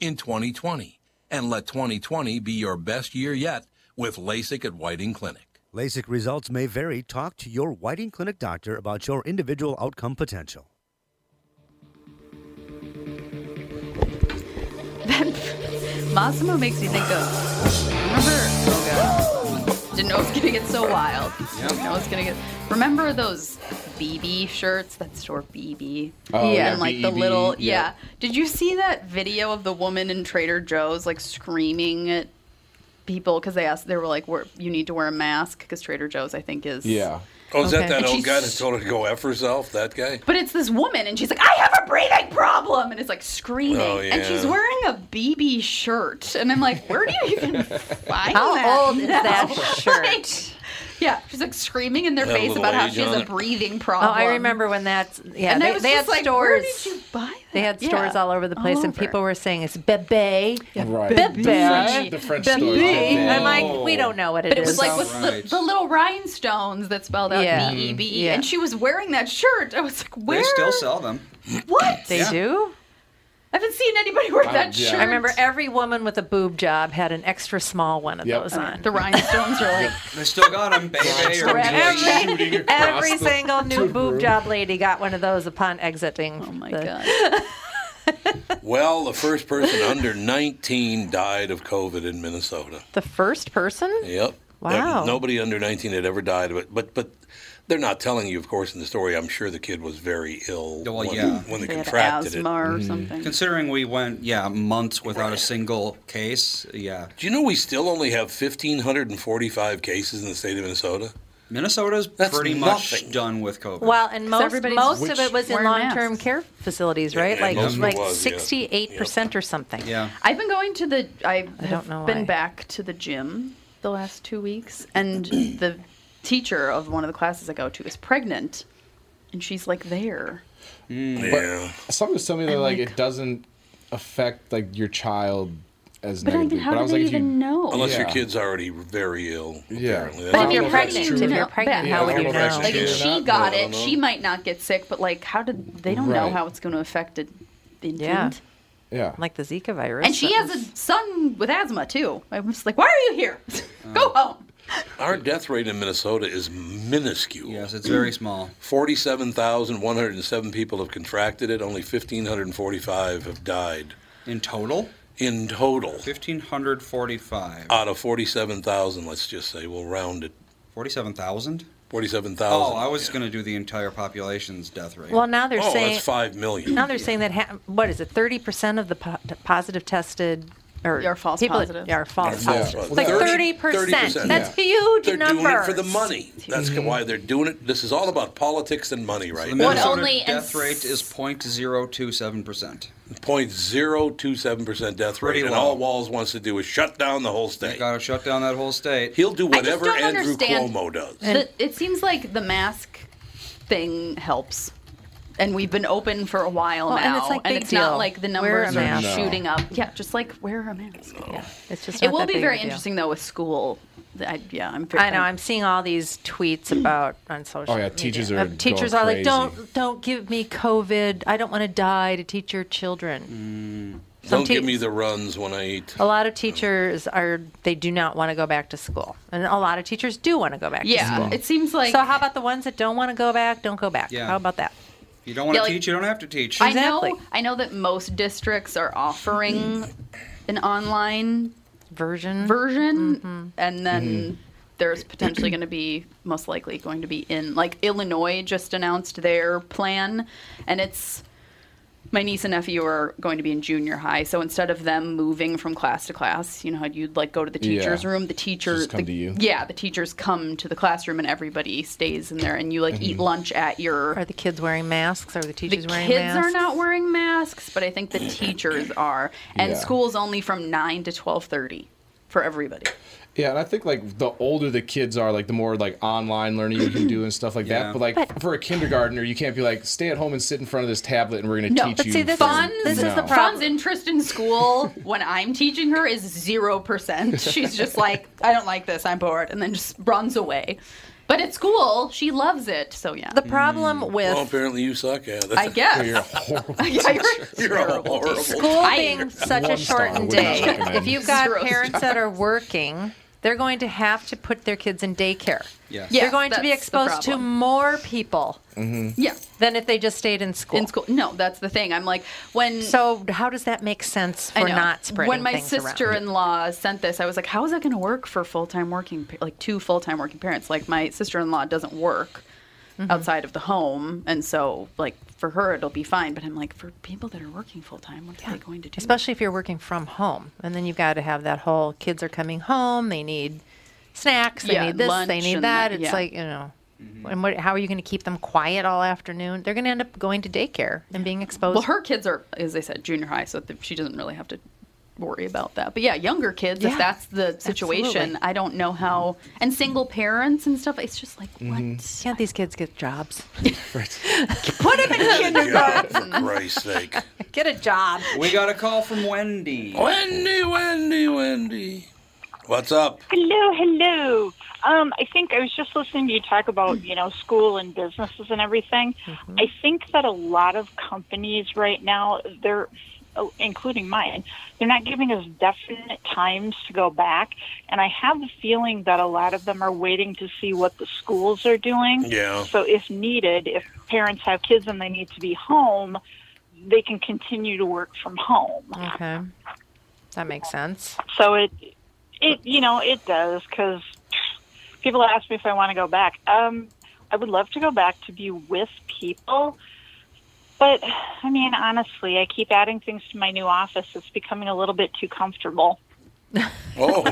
[SPEAKER 1] in 2020 and let 2020 be your best year yet with LASIK at Whiting Clinic.
[SPEAKER 8] LASIK results may vary. Talk to your Whiting Clinic doctor about your individual outcome potential.
[SPEAKER 3] Massimo makes me think of. Remember? Oh god. Didn't know it was gonna get so wild. Didn't know it was gonna get. Remember those BB shirts that store BB.
[SPEAKER 6] Oh,
[SPEAKER 4] Yeah.
[SPEAKER 3] and like the
[SPEAKER 6] BEB,
[SPEAKER 3] little yeah.
[SPEAKER 6] yep.
[SPEAKER 3] Did you see that video of the woman in Trader Joe's like screaming at people because they asked they were like, "We're- "You need to wear a mask" because Trader Joe's I think is
[SPEAKER 6] Yeah.
[SPEAKER 1] Oh, is that
[SPEAKER 4] Okay.
[SPEAKER 1] that
[SPEAKER 3] And
[SPEAKER 1] old
[SPEAKER 3] she's-
[SPEAKER 1] guy that told her to go F herself? That guy?
[SPEAKER 3] But it's this woman, and she's like, I have a breathing problem, and it's like screaming,
[SPEAKER 1] Oh,
[SPEAKER 3] and she's
[SPEAKER 1] yeah.
[SPEAKER 3] wearing a BB shirt, and I'm like, where do you
[SPEAKER 1] <laughs>
[SPEAKER 3] even find
[SPEAKER 4] How
[SPEAKER 3] that?
[SPEAKER 4] old is that
[SPEAKER 3] now? <laughs>
[SPEAKER 4] shirt?
[SPEAKER 3] Like, yeah, she's like screaming in their
[SPEAKER 1] Had a
[SPEAKER 3] face
[SPEAKER 1] little
[SPEAKER 3] about how
[SPEAKER 1] age
[SPEAKER 3] she has
[SPEAKER 1] on
[SPEAKER 3] a
[SPEAKER 1] it.
[SPEAKER 3] breathing
[SPEAKER 4] Oh,
[SPEAKER 3] problem.
[SPEAKER 4] I remember when that's yeah.
[SPEAKER 3] And I
[SPEAKER 4] They,
[SPEAKER 3] was
[SPEAKER 4] they had
[SPEAKER 3] just like, where
[SPEAKER 4] stores.
[SPEAKER 3] did you buy that?
[SPEAKER 4] They had stores
[SPEAKER 3] Yeah.
[SPEAKER 4] all over the place, and
[SPEAKER 3] over.
[SPEAKER 4] people were saying it's bebe.
[SPEAKER 6] Right.
[SPEAKER 4] Bebe.
[SPEAKER 6] French- the French store.
[SPEAKER 4] Bebe.
[SPEAKER 6] Bebe.
[SPEAKER 4] I'm
[SPEAKER 1] Oh.
[SPEAKER 4] like,
[SPEAKER 3] Oh.
[SPEAKER 4] we don't know what
[SPEAKER 3] But it was
[SPEAKER 4] is.
[SPEAKER 3] like
[SPEAKER 5] Sounds
[SPEAKER 3] with
[SPEAKER 5] right.
[SPEAKER 3] the, the little rhinestones that spelled out
[SPEAKER 4] Yeah. Mm-hmm.
[SPEAKER 3] B E B E,
[SPEAKER 4] Yeah.
[SPEAKER 3] and she was wearing that shirt. I was like, where?
[SPEAKER 5] They still sell them.
[SPEAKER 3] What?
[SPEAKER 4] they
[SPEAKER 5] Yeah.
[SPEAKER 4] do.
[SPEAKER 3] I haven't seen anybody wear
[SPEAKER 6] I-
[SPEAKER 3] that
[SPEAKER 6] yeah.
[SPEAKER 3] shirt.
[SPEAKER 4] I remember every woman with a boob job had an extra small one of
[SPEAKER 6] Yep.
[SPEAKER 4] those on.
[SPEAKER 3] the
[SPEAKER 5] <laughs>
[SPEAKER 3] rhinestones are like.
[SPEAKER 5] They still got them, baby. or
[SPEAKER 4] Right.
[SPEAKER 5] boy.
[SPEAKER 4] Every-
[SPEAKER 6] Shooting across
[SPEAKER 4] Every
[SPEAKER 6] the-
[SPEAKER 1] <laughs>
[SPEAKER 4] single new boob
[SPEAKER 6] room.
[SPEAKER 4] job lady got one of those upon exiting.
[SPEAKER 3] Oh my
[SPEAKER 4] the-
[SPEAKER 3] god.
[SPEAKER 1] Well, the first person under 19 died of COVID in Minnesota.
[SPEAKER 4] The first person?
[SPEAKER 1] Yep.
[SPEAKER 4] Wow.
[SPEAKER 1] Uh, Nobody under 19 had ever died of it. But, but they're not telling you, of course, in the story. I'm sure the kid was very ill
[SPEAKER 5] Well,
[SPEAKER 1] when,
[SPEAKER 5] <clears throat> yeah.
[SPEAKER 1] when they,
[SPEAKER 3] they had
[SPEAKER 1] contracted
[SPEAKER 3] asthma
[SPEAKER 1] it.
[SPEAKER 3] or something.
[SPEAKER 5] Considering we went, yeah, months without a single case. Yeah,
[SPEAKER 1] Do you know we still only have 1,545 cases in the state of Minnesota?
[SPEAKER 5] Minnesota's
[SPEAKER 1] That's
[SPEAKER 5] pretty
[SPEAKER 1] nothing.
[SPEAKER 5] much done with COVID.
[SPEAKER 4] Well, and most
[SPEAKER 3] everybody's
[SPEAKER 4] most of it was in
[SPEAKER 3] wearing
[SPEAKER 4] long-term
[SPEAKER 3] masks.
[SPEAKER 4] care facilities, right?
[SPEAKER 1] yeah,
[SPEAKER 4] like
[SPEAKER 1] most of it
[SPEAKER 4] like
[SPEAKER 1] was, yeah.
[SPEAKER 4] 68% or something.
[SPEAKER 5] yeah,
[SPEAKER 3] I've been going to the. I've
[SPEAKER 4] I don't know
[SPEAKER 3] been
[SPEAKER 4] why.
[SPEAKER 3] back to the gym the last two weeks, and the teacher of one of the classes I go to is pregnant, and she's like there. Mm.
[SPEAKER 1] Yeah.
[SPEAKER 6] Somebody was telling me that
[SPEAKER 3] I'm
[SPEAKER 6] like,
[SPEAKER 3] like-
[SPEAKER 6] it doesn't affect like your child as
[SPEAKER 3] But I
[SPEAKER 6] negatively.
[SPEAKER 3] mean, how
[SPEAKER 6] but I
[SPEAKER 3] do
[SPEAKER 6] was
[SPEAKER 3] they
[SPEAKER 6] like, if
[SPEAKER 3] even
[SPEAKER 6] you
[SPEAKER 3] know?
[SPEAKER 1] Unless your
[SPEAKER 6] Yeah.
[SPEAKER 1] kid's already very ill.
[SPEAKER 6] Yeah.
[SPEAKER 1] Apparently.
[SPEAKER 4] But
[SPEAKER 6] But
[SPEAKER 4] if
[SPEAKER 6] if
[SPEAKER 4] you're
[SPEAKER 6] know if that's
[SPEAKER 4] pregnant,
[SPEAKER 6] true
[SPEAKER 4] if
[SPEAKER 6] or
[SPEAKER 4] you're
[SPEAKER 3] not.
[SPEAKER 4] pregnant,
[SPEAKER 3] Yeah,
[SPEAKER 4] how
[SPEAKER 6] I
[SPEAKER 4] would
[SPEAKER 6] don't
[SPEAKER 4] you
[SPEAKER 6] know if that's
[SPEAKER 4] know?
[SPEAKER 3] Like
[SPEAKER 6] Yeah.
[SPEAKER 3] if
[SPEAKER 6] Yeah.
[SPEAKER 3] she got
[SPEAKER 1] Yeah, I
[SPEAKER 3] it,
[SPEAKER 1] don't
[SPEAKER 3] she
[SPEAKER 1] know.
[SPEAKER 3] might not get sick, but like, how did they don't know
[SPEAKER 6] Right.
[SPEAKER 3] how it's going to affect an infant?
[SPEAKER 4] Yeah.
[SPEAKER 6] Yeah.
[SPEAKER 4] Like the Zika virus.
[SPEAKER 3] And she
[SPEAKER 4] that
[SPEAKER 3] has
[SPEAKER 4] was-
[SPEAKER 3] a son with asthma too. I was like, why are you here? <laughs>
[SPEAKER 5] Uh,
[SPEAKER 3] Oh, go home.
[SPEAKER 1] Our death rate in Minnesota is minuscule.
[SPEAKER 5] yes, it's very small.
[SPEAKER 1] 47,107 people have contracted it. Only 1,545 have died
[SPEAKER 5] In total,
[SPEAKER 1] in total
[SPEAKER 5] fifteen hundred forty-five,
[SPEAKER 1] out of 47,000, let's just say. We'll round it.
[SPEAKER 5] forty-seven thousand. Oh,
[SPEAKER 1] 47,000.
[SPEAKER 5] I was
[SPEAKER 1] Yeah.
[SPEAKER 5] going to do the entire population's death rate.
[SPEAKER 4] Well, now they're
[SPEAKER 1] Oh,
[SPEAKER 4] saying
[SPEAKER 1] that's 5 million.
[SPEAKER 4] now they're saying that ha- what is it? 30% of the po- positive tested or
[SPEAKER 3] Are false
[SPEAKER 4] people that-
[SPEAKER 3] positives.
[SPEAKER 4] yeah, are false
[SPEAKER 1] Yeah.
[SPEAKER 4] positives.
[SPEAKER 1] Well,
[SPEAKER 4] Like
[SPEAKER 1] 30
[SPEAKER 4] 30%.
[SPEAKER 1] 30%,
[SPEAKER 4] That's
[SPEAKER 6] yeah.
[SPEAKER 4] huge
[SPEAKER 1] They're
[SPEAKER 4] numbers.
[SPEAKER 1] doing it for the money. That's why they're doing it. This is all about politics and money right
[SPEAKER 5] Mm-hmm. the
[SPEAKER 1] now.
[SPEAKER 3] What
[SPEAKER 5] Minnesota
[SPEAKER 3] only and
[SPEAKER 5] death rate is 0.027 percent.
[SPEAKER 1] 0.027% death
[SPEAKER 5] Pretty
[SPEAKER 1] rate. And
[SPEAKER 5] low.
[SPEAKER 1] all Walls wants to do is shut down the whole state.
[SPEAKER 5] Got to shut down that whole state.
[SPEAKER 1] He'll do whatever
[SPEAKER 3] don't
[SPEAKER 1] Andrew
[SPEAKER 3] understand-
[SPEAKER 1] Cuomo does.
[SPEAKER 3] The- it seems like the mask thing helps. And we've been open for a while
[SPEAKER 4] Well,
[SPEAKER 3] now.
[SPEAKER 4] and it's like big
[SPEAKER 3] not
[SPEAKER 4] deal.
[SPEAKER 3] like the
[SPEAKER 4] Wear a
[SPEAKER 3] numbers are
[SPEAKER 4] mask.
[SPEAKER 3] shooting up. Yeah, just like wear a mask. Yeah.
[SPEAKER 4] It's just
[SPEAKER 3] It
[SPEAKER 4] not
[SPEAKER 3] will
[SPEAKER 4] that
[SPEAKER 3] be
[SPEAKER 4] big
[SPEAKER 3] very
[SPEAKER 4] of a deal.
[SPEAKER 3] interesting though with school. I, yeah, I'm very
[SPEAKER 4] I know. I'm seeing all these tweets about on social.
[SPEAKER 6] Oh, yeah,
[SPEAKER 4] media.
[SPEAKER 6] teachers are
[SPEAKER 4] Uh, teachers
[SPEAKER 6] going
[SPEAKER 4] are like,
[SPEAKER 6] crazy.
[SPEAKER 4] don't don't give me COVID. I don't want to die to teach your children.
[SPEAKER 5] Mm.
[SPEAKER 4] Some
[SPEAKER 1] Don't
[SPEAKER 4] te-
[SPEAKER 1] give me the runs when I eat.
[SPEAKER 4] A lot of teachers are they do not want to go back to school, and a lot of teachers do want to go back.
[SPEAKER 3] yeah,
[SPEAKER 4] to school.
[SPEAKER 3] it seems like
[SPEAKER 4] so how about the ones that don't want to go back? Don't go back.
[SPEAKER 5] Yeah.
[SPEAKER 4] How about that?
[SPEAKER 5] You don't want to
[SPEAKER 3] Yeah, like-
[SPEAKER 5] teach, you don't have to teach.
[SPEAKER 3] I know
[SPEAKER 4] Exactly.
[SPEAKER 3] I know that most districts are offering an online
[SPEAKER 4] Version. Mm-hmm.
[SPEAKER 3] version and then there's potentially going to be most likely going to be in like illinois just announced their plan and it's my niece and nephew are going to be in junior high so instead of them moving from class to class you know how you'd like go to the
[SPEAKER 6] Yeah.
[SPEAKER 3] teacher's room the teacher
[SPEAKER 6] Just come
[SPEAKER 3] the-
[SPEAKER 6] to you.
[SPEAKER 3] yeah the teachers come to the classroom and everybody stays in there and you like
[SPEAKER 6] Mm-hmm.
[SPEAKER 3] eat lunch at your
[SPEAKER 4] are the kids wearing masks? Are the
[SPEAKER 3] the
[SPEAKER 4] teachers
[SPEAKER 3] kids
[SPEAKER 4] wearing masks?
[SPEAKER 3] are not wearing masks but i think
[SPEAKER 6] <laughs>
[SPEAKER 3] the teachers are and
[SPEAKER 6] Yeah.
[SPEAKER 3] school's only from 9 to 12.30 for everybody
[SPEAKER 6] Yeah, and I think like the older the kids are, like the more like online learning you can do and stuff like
[SPEAKER 5] Yeah.
[SPEAKER 6] that. But like for a kindergartner, you can't be like stay at home and sit in front of this tablet and we're going to
[SPEAKER 3] No,
[SPEAKER 6] teach
[SPEAKER 3] but
[SPEAKER 6] you.
[SPEAKER 4] see, this is-
[SPEAKER 6] from-"
[SPEAKER 4] this is the
[SPEAKER 6] No.
[SPEAKER 4] problem.
[SPEAKER 3] Fran's interest in school when I'm teaching her is zero
[SPEAKER 6] <laughs>
[SPEAKER 3] percent. She's just like, I don't like this. I'm bored, and then just runs away. But at school, she loves it. So yeah,
[SPEAKER 4] The problem
[SPEAKER 6] Mm.
[SPEAKER 4] with
[SPEAKER 1] Well, apparently you suck. Yeah, that's
[SPEAKER 3] I guess.
[SPEAKER 6] You're a horrible.
[SPEAKER 3] Yeah, you're
[SPEAKER 1] You're a
[SPEAKER 3] terrible.
[SPEAKER 1] horrible.
[SPEAKER 4] School
[SPEAKER 3] I-
[SPEAKER 4] being such
[SPEAKER 6] One
[SPEAKER 4] a
[SPEAKER 6] star
[SPEAKER 4] shortened
[SPEAKER 6] would not
[SPEAKER 4] day,
[SPEAKER 6] recommend.
[SPEAKER 4] if you've got
[SPEAKER 3] Zero
[SPEAKER 4] parents that are working, they're going to have to put their kids in daycare.
[SPEAKER 5] Yes.
[SPEAKER 3] Yeah.
[SPEAKER 4] they're going to be
[SPEAKER 3] that's the
[SPEAKER 4] exposed to
[SPEAKER 3] problem.
[SPEAKER 4] more people
[SPEAKER 1] Mm-hmm.
[SPEAKER 5] Mm-hmm.
[SPEAKER 3] Yeah,
[SPEAKER 4] than if they just stayed in school.
[SPEAKER 3] in school. No, that's the thing. I'm like when
[SPEAKER 4] So how does that make sense
[SPEAKER 3] I
[SPEAKER 4] for
[SPEAKER 3] know.
[SPEAKER 4] not spreading
[SPEAKER 3] When my
[SPEAKER 4] things around?
[SPEAKER 3] sister-in-law sent this, I was like, "How is that going to work for full-time working, pa- like two full-time working parents? Like my sister-in-law doesn't work,
[SPEAKER 4] Mm-hmm.
[SPEAKER 3] outside of the home. And so, like, for her, it'll be fine. But I'm like, for people that are working full time, what are they going to do?
[SPEAKER 4] Especially if you're working from home, and then you've got to have that whole kids are coming home, they need snacks, they
[SPEAKER 3] Yeah,
[SPEAKER 4] need this, they
[SPEAKER 3] lunch
[SPEAKER 4] need
[SPEAKER 3] and
[SPEAKER 4] that.
[SPEAKER 3] that,
[SPEAKER 4] It's
[SPEAKER 3] yeah.
[SPEAKER 4] like you know, and what? How are you going to keep them quiet all afternoon? They're going to end up going to daycare and being exposed.
[SPEAKER 3] Well, her kids are, as I said, junior high, so th- she doesn't really have to worry about that. But yeah, younger kids,
[SPEAKER 4] Yeah,
[SPEAKER 3] if that's the situation,
[SPEAKER 4] absolutely.
[SPEAKER 3] I don't know how. And single parents and stuff, it's just like, what?
[SPEAKER 4] can't these kids get jobs?
[SPEAKER 3] Put <laughs> them in
[SPEAKER 1] God, <laughs>
[SPEAKER 3] kindergarten.
[SPEAKER 1] for Christ's sake.
[SPEAKER 4] Get a job.
[SPEAKER 5] We got a call from Wendy.
[SPEAKER 1] Wendy, Wendy, Wendy. What's up?
[SPEAKER 9] Hello, hello. Um, I think I was just listening to you talk about, you know, school and businesses and everything.
[SPEAKER 1] Mm-hmm.
[SPEAKER 9] I think that a lot of companies right now, they're, oh, including mine, they're not giving us definite times to go back. And I have a feeling that a lot of them are waiting to see what the schools are doing.
[SPEAKER 1] Yeah.
[SPEAKER 9] So if needed, if parents have kids and they need to be home, they can continue to work from home.
[SPEAKER 4] Okay, that makes sense.
[SPEAKER 9] So it, it you know, it does because people ask me if I want to go back. Um, I would love to go back to be with people, but I mean, honestly, I keep adding things to my new office. It's becoming a little bit too comfortable.
[SPEAKER 1] Oh,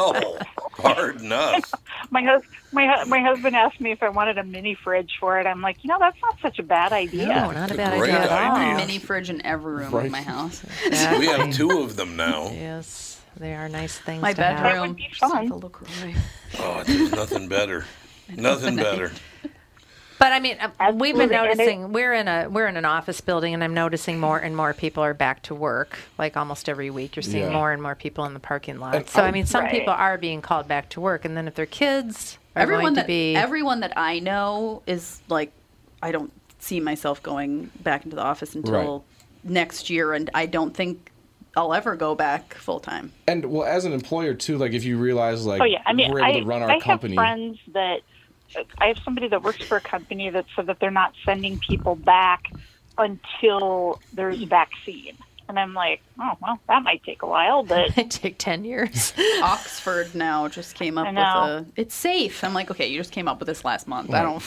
[SPEAKER 1] well. Pardon us.
[SPEAKER 9] My hus- my hu- my husband asked me if I wanted a mini fridge for it. I'm like, you know, that's not such a bad idea.
[SPEAKER 4] No, not a bad
[SPEAKER 1] Great
[SPEAKER 4] idea at all.
[SPEAKER 1] idea.
[SPEAKER 3] Mini fridge in every room of my house.
[SPEAKER 1] We have two of them now.
[SPEAKER 4] Yes, they are nice things.
[SPEAKER 3] My
[SPEAKER 4] to have.
[SPEAKER 9] That
[SPEAKER 3] bedroom.
[SPEAKER 9] would be fun.
[SPEAKER 3] The LaCroix.
[SPEAKER 1] Oh, there's nothing
[SPEAKER 9] <laughs>
[SPEAKER 1] better. Nothing better.
[SPEAKER 4] But I mean, uh, we've
[SPEAKER 9] Absolutely, and
[SPEAKER 4] been
[SPEAKER 9] it-
[SPEAKER 4] noticing we're in a we're in an office building, and I'm noticing more and more people are back to work. Like almost every week, you're seeing
[SPEAKER 6] Yeah.
[SPEAKER 4] more and more people in the parking lot. so I mean, some
[SPEAKER 9] Right.
[SPEAKER 4] people are being called back to work, and then if their kids are
[SPEAKER 3] everyone
[SPEAKER 4] going
[SPEAKER 3] that
[SPEAKER 4] to be
[SPEAKER 3] everyone that I know is like, I don't see myself going back into the office until next year, and I don't think I'll ever go back full time.
[SPEAKER 6] And well, as an employer too, like if you realize like
[SPEAKER 9] Oh yeah, I mean,
[SPEAKER 6] we're able
[SPEAKER 9] I,
[SPEAKER 6] to run our
[SPEAKER 9] I
[SPEAKER 6] company.
[SPEAKER 9] have friends that I have somebody that works for a company that said that they're not sending people back until there's a vaccine, and I'm like, oh well, that might take a while, but
[SPEAKER 4] <laughs> it take ten years.
[SPEAKER 3] <laughs> Oxford now just came up
[SPEAKER 9] I
[SPEAKER 3] with
[SPEAKER 9] know.
[SPEAKER 3] a it's safe. I'm like, okay, you just came up with this last month. I don't <laughs>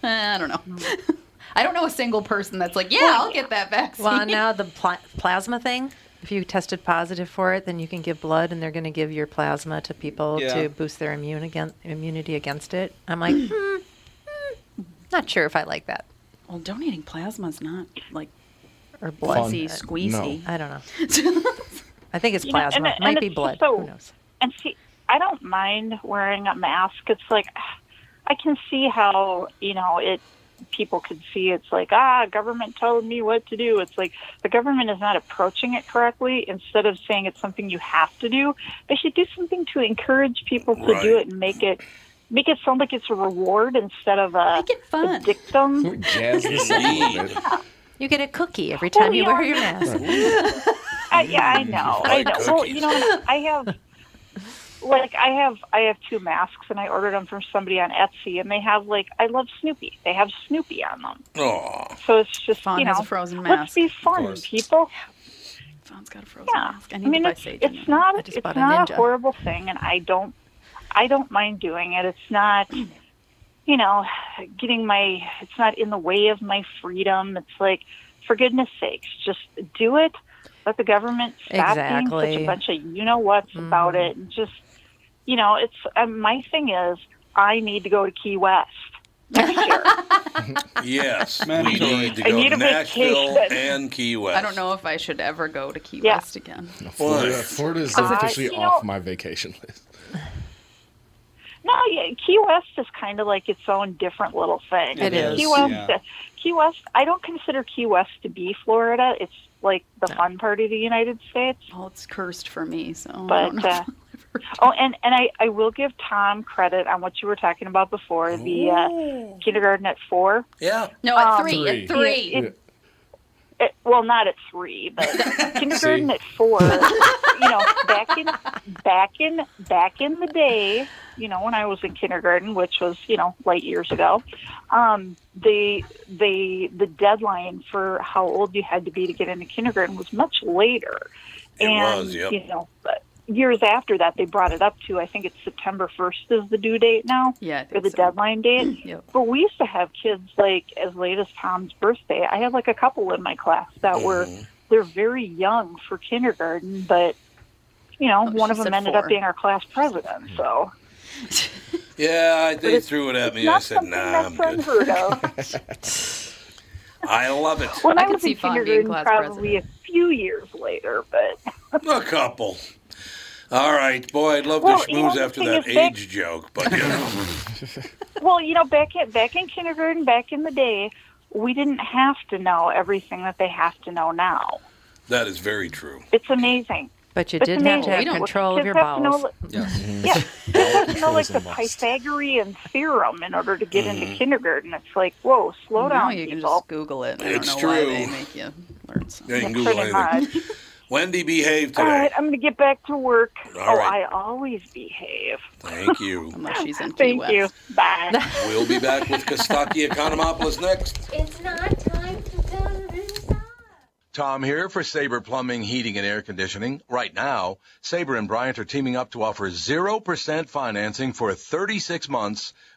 [SPEAKER 3] <laughs> I don't
[SPEAKER 4] Mm-hmm.
[SPEAKER 3] know. <laughs> I don't know a single person that's like, yeah, I'll get that
[SPEAKER 4] <laughs>
[SPEAKER 3] vaccine.
[SPEAKER 4] well, now the pla- plasma thing. If you tested positive for it, then you can give blood, and they're going to give your plasma to people
[SPEAKER 5] Yeah.
[SPEAKER 4] to boost their immune against, immunity against it. I'm
[SPEAKER 3] <clears throat>
[SPEAKER 4] like, hmm, hmm, not sure if I like that
[SPEAKER 3] well, <laughs> donating plasma is not like
[SPEAKER 4] or blood.
[SPEAKER 3] easy squeezy.
[SPEAKER 4] I don't know.
[SPEAKER 3] <laughs>
[SPEAKER 4] I think it's
[SPEAKER 9] You know, and
[SPEAKER 4] plasma.
[SPEAKER 9] it-
[SPEAKER 4] Might
[SPEAKER 9] and
[SPEAKER 4] be
[SPEAKER 9] it's
[SPEAKER 4] blood.
[SPEAKER 9] so-
[SPEAKER 4] Who knows?
[SPEAKER 9] and see, I don't mind wearing a mask. It's like I can see how you know it. People could see it's like ah, government told me what to do. It's like the government is not approaching it correctly. Instead of saying it's something you have to do, they should do something to encourage people to do
[SPEAKER 1] Right.
[SPEAKER 9] it and make it make it sound like it's a reward instead of a,
[SPEAKER 3] Make it
[SPEAKER 9] a
[SPEAKER 3] fun.
[SPEAKER 9] dictum.
[SPEAKER 6] Jazz this up a little bit.
[SPEAKER 4] <laughs> You get a cookie every time you
[SPEAKER 9] yeah.
[SPEAKER 4] wear your mask. <laughs>
[SPEAKER 9] I, yeah, I
[SPEAKER 1] <laughs>
[SPEAKER 9] know. I
[SPEAKER 1] Like
[SPEAKER 9] know. Well,
[SPEAKER 1] cookies.
[SPEAKER 9] you know, and I have like I have I have two masks, and I ordered them from somebody on Etsy, and they have like I love Snoopy. They have Snoopy on them,
[SPEAKER 1] Oh,
[SPEAKER 9] so it's just
[SPEAKER 3] Fawn
[SPEAKER 9] you know,
[SPEAKER 3] has a frozen mask.
[SPEAKER 9] let's be fun,
[SPEAKER 5] course.
[SPEAKER 9] people.
[SPEAKER 3] Fawn's got a frozen
[SPEAKER 9] Yeah,
[SPEAKER 3] mask.
[SPEAKER 9] I
[SPEAKER 3] I need
[SPEAKER 9] mean,
[SPEAKER 3] to buy
[SPEAKER 9] it's,
[SPEAKER 3] sage.
[SPEAKER 9] it's
[SPEAKER 4] I
[SPEAKER 9] not
[SPEAKER 4] just
[SPEAKER 9] it's
[SPEAKER 4] bought a
[SPEAKER 9] not a
[SPEAKER 4] ninja.
[SPEAKER 9] horrible thing, and I don't I don't mind doing it. It's not. You know, getting my, it's not in the way of my freedom. It's like, for goodness sakes, just do it. Let the government stop being such
[SPEAKER 4] Exactly. Mm-hmm.
[SPEAKER 9] a bunch of you know what's about it. And just, you know, it's um, my thing is I need to go to Key West. next year.
[SPEAKER 1] yes. we
[SPEAKER 5] Mandatory.
[SPEAKER 1] need to
[SPEAKER 9] I
[SPEAKER 1] go
[SPEAKER 9] need
[SPEAKER 1] to
[SPEAKER 9] a
[SPEAKER 1] Nashville
[SPEAKER 9] vacation.
[SPEAKER 1] and Key West.
[SPEAKER 3] I don't know if I should ever go to Key
[SPEAKER 9] Yeah.
[SPEAKER 3] West again.
[SPEAKER 6] Florida, Florida is
[SPEAKER 9] Uh,
[SPEAKER 6] officially
[SPEAKER 9] you know-
[SPEAKER 6] off my vacation list.
[SPEAKER 9] no, yeah, Key West is kind of like its own different little thing.
[SPEAKER 4] It is,
[SPEAKER 9] Key West.
[SPEAKER 5] yeah.
[SPEAKER 9] Key West. I don't consider Key West to be Florida. It's like the fun part of the United States.
[SPEAKER 3] Well, it's cursed for me, so I don't
[SPEAKER 9] But
[SPEAKER 3] know.
[SPEAKER 9] uh, oh, and and I I will give Tom credit on what you were talking about before the
[SPEAKER 4] Oh.
[SPEAKER 9] uh, kindergarten at four.
[SPEAKER 1] Yeah.
[SPEAKER 3] no, at
[SPEAKER 9] um,
[SPEAKER 3] three,
[SPEAKER 6] three.
[SPEAKER 3] at three.
[SPEAKER 9] It- it- well, not at three,
[SPEAKER 3] <laughs>
[SPEAKER 9] but kindergarten at four. You know, back in back in back in the day, you know, when I was in kindergarten, which was you know light years ago, um, the the the deadline for how old you had to be to get into kindergarten was much later.
[SPEAKER 1] It
[SPEAKER 9] and
[SPEAKER 1] was, yep.
[SPEAKER 9] you know, but years after that, they brought it up to, I think it's September 1st is the due date now.
[SPEAKER 3] Yeah, I
[SPEAKER 9] Or
[SPEAKER 3] think
[SPEAKER 9] the
[SPEAKER 3] so.
[SPEAKER 9] deadline date.
[SPEAKER 3] <clears throat> Yep.
[SPEAKER 9] But we used to have kids like as late as Tom's birthday. I had like a couple in my class that were,
[SPEAKER 3] Mm-hmm.
[SPEAKER 9] they're very young for kindergarten, but, you know,
[SPEAKER 3] Oh,
[SPEAKER 9] one
[SPEAKER 3] she
[SPEAKER 9] of them
[SPEAKER 3] said
[SPEAKER 9] ended
[SPEAKER 3] four. Mm-hmm.
[SPEAKER 9] up being our class president. So
[SPEAKER 1] Yeah, I- they
[SPEAKER 9] it's-
[SPEAKER 1] threw it at me.
[SPEAKER 9] not
[SPEAKER 1] I said,
[SPEAKER 9] something
[SPEAKER 1] "Nah,
[SPEAKER 9] that's
[SPEAKER 1] I'm good."
[SPEAKER 9] unheard
[SPEAKER 3] <laughs>
[SPEAKER 9] of.
[SPEAKER 1] I love it.
[SPEAKER 9] When
[SPEAKER 3] I
[SPEAKER 9] I,
[SPEAKER 3] could
[SPEAKER 9] was
[SPEAKER 3] see
[SPEAKER 9] in
[SPEAKER 3] Fawn being
[SPEAKER 9] kindergarten,
[SPEAKER 3] class
[SPEAKER 9] probably a few years later, but
[SPEAKER 1] <laughs> A couple. All right, boy, I'd love
[SPEAKER 9] Well,
[SPEAKER 1] to
[SPEAKER 9] you know,
[SPEAKER 1] schmooze
[SPEAKER 9] the
[SPEAKER 1] after
[SPEAKER 9] thing
[SPEAKER 1] that
[SPEAKER 9] is that-
[SPEAKER 1] age joke, but
[SPEAKER 9] <laughs>
[SPEAKER 1] you know,
[SPEAKER 9] well, you know, back at back in kindergarten, back in the day, we didn't have to know everything that they have to know now.
[SPEAKER 1] that is very true.
[SPEAKER 9] It's amazing.
[SPEAKER 4] But you
[SPEAKER 9] It's
[SPEAKER 4] did have to
[SPEAKER 9] amazing.
[SPEAKER 4] have
[SPEAKER 9] We don't-
[SPEAKER 4] control of
[SPEAKER 9] kids
[SPEAKER 4] your
[SPEAKER 9] have to know Mm-hmm.
[SPEAKER 4] bowels.
[SPEAKER 9] li-
[SPEAKER 5] Yes.
[SPEAKER 9] Yeah, kids have to know like the
[SPEAKER 6] Controls and lost. Mm-hmm.
[SPEAKER 9] Pythagorean theorem in order to get into kindergarten. It's like, whoa, slow
[SPEAKER 3] Now
[SPEAKER 9] down,
[SPEAKER 3] you can
[SPEAKER 9] people.
[SPEAKER 3] just Google it. I
[SPEAKER 1] It's
[SPEAKER 3] don't know why
[SPEAKER 1] true.
[SPEAKER 3] they make you learn something.
[SPEAKER 1] Yeah, you can
[SPEAKER 9] Yeah,
[SPEAKER 1] Google
[SPEAKER 9] pretty
[SPEAKER 1] anything.
[SPEAKER 9] much.
[SPEAKER 1] Wendy, behave
[SPEAKER 9] All
[SPEAKER 1] today.
[SPEAKER 9] right, I'm going to get back to work.
[SPEAKER 1] All
[SPEAKER 9] oh,
[SPEAKER 1] right.
[SPEAKER 9] I always behave.
[SPEAKER 1] Thank
[SPEAKER 9] <laughs>
[SPEAKER 1] you.
[SPEAKER 3] Unless she's in Key
[SPEAKER 9] Thank
[SPEAKER 3] West.
[SPEAKER 9] you.
[SPEAKER 3] <laughs>
[SPEAKER 9] Bye.
[SPEAKER 1] We'll be back
[SPEAKER 9] <laughs>
[SPEAKER 1] with Kostaki Economopoulos next.
[SPEAKER 10] It's not time to go inside.
[SPEAKER 1] Tom here for Sabre Plumbing, Heating, and Air Conditioning. Right now, Sabre and Bryant are teaming up to offer 0% financing for 36 months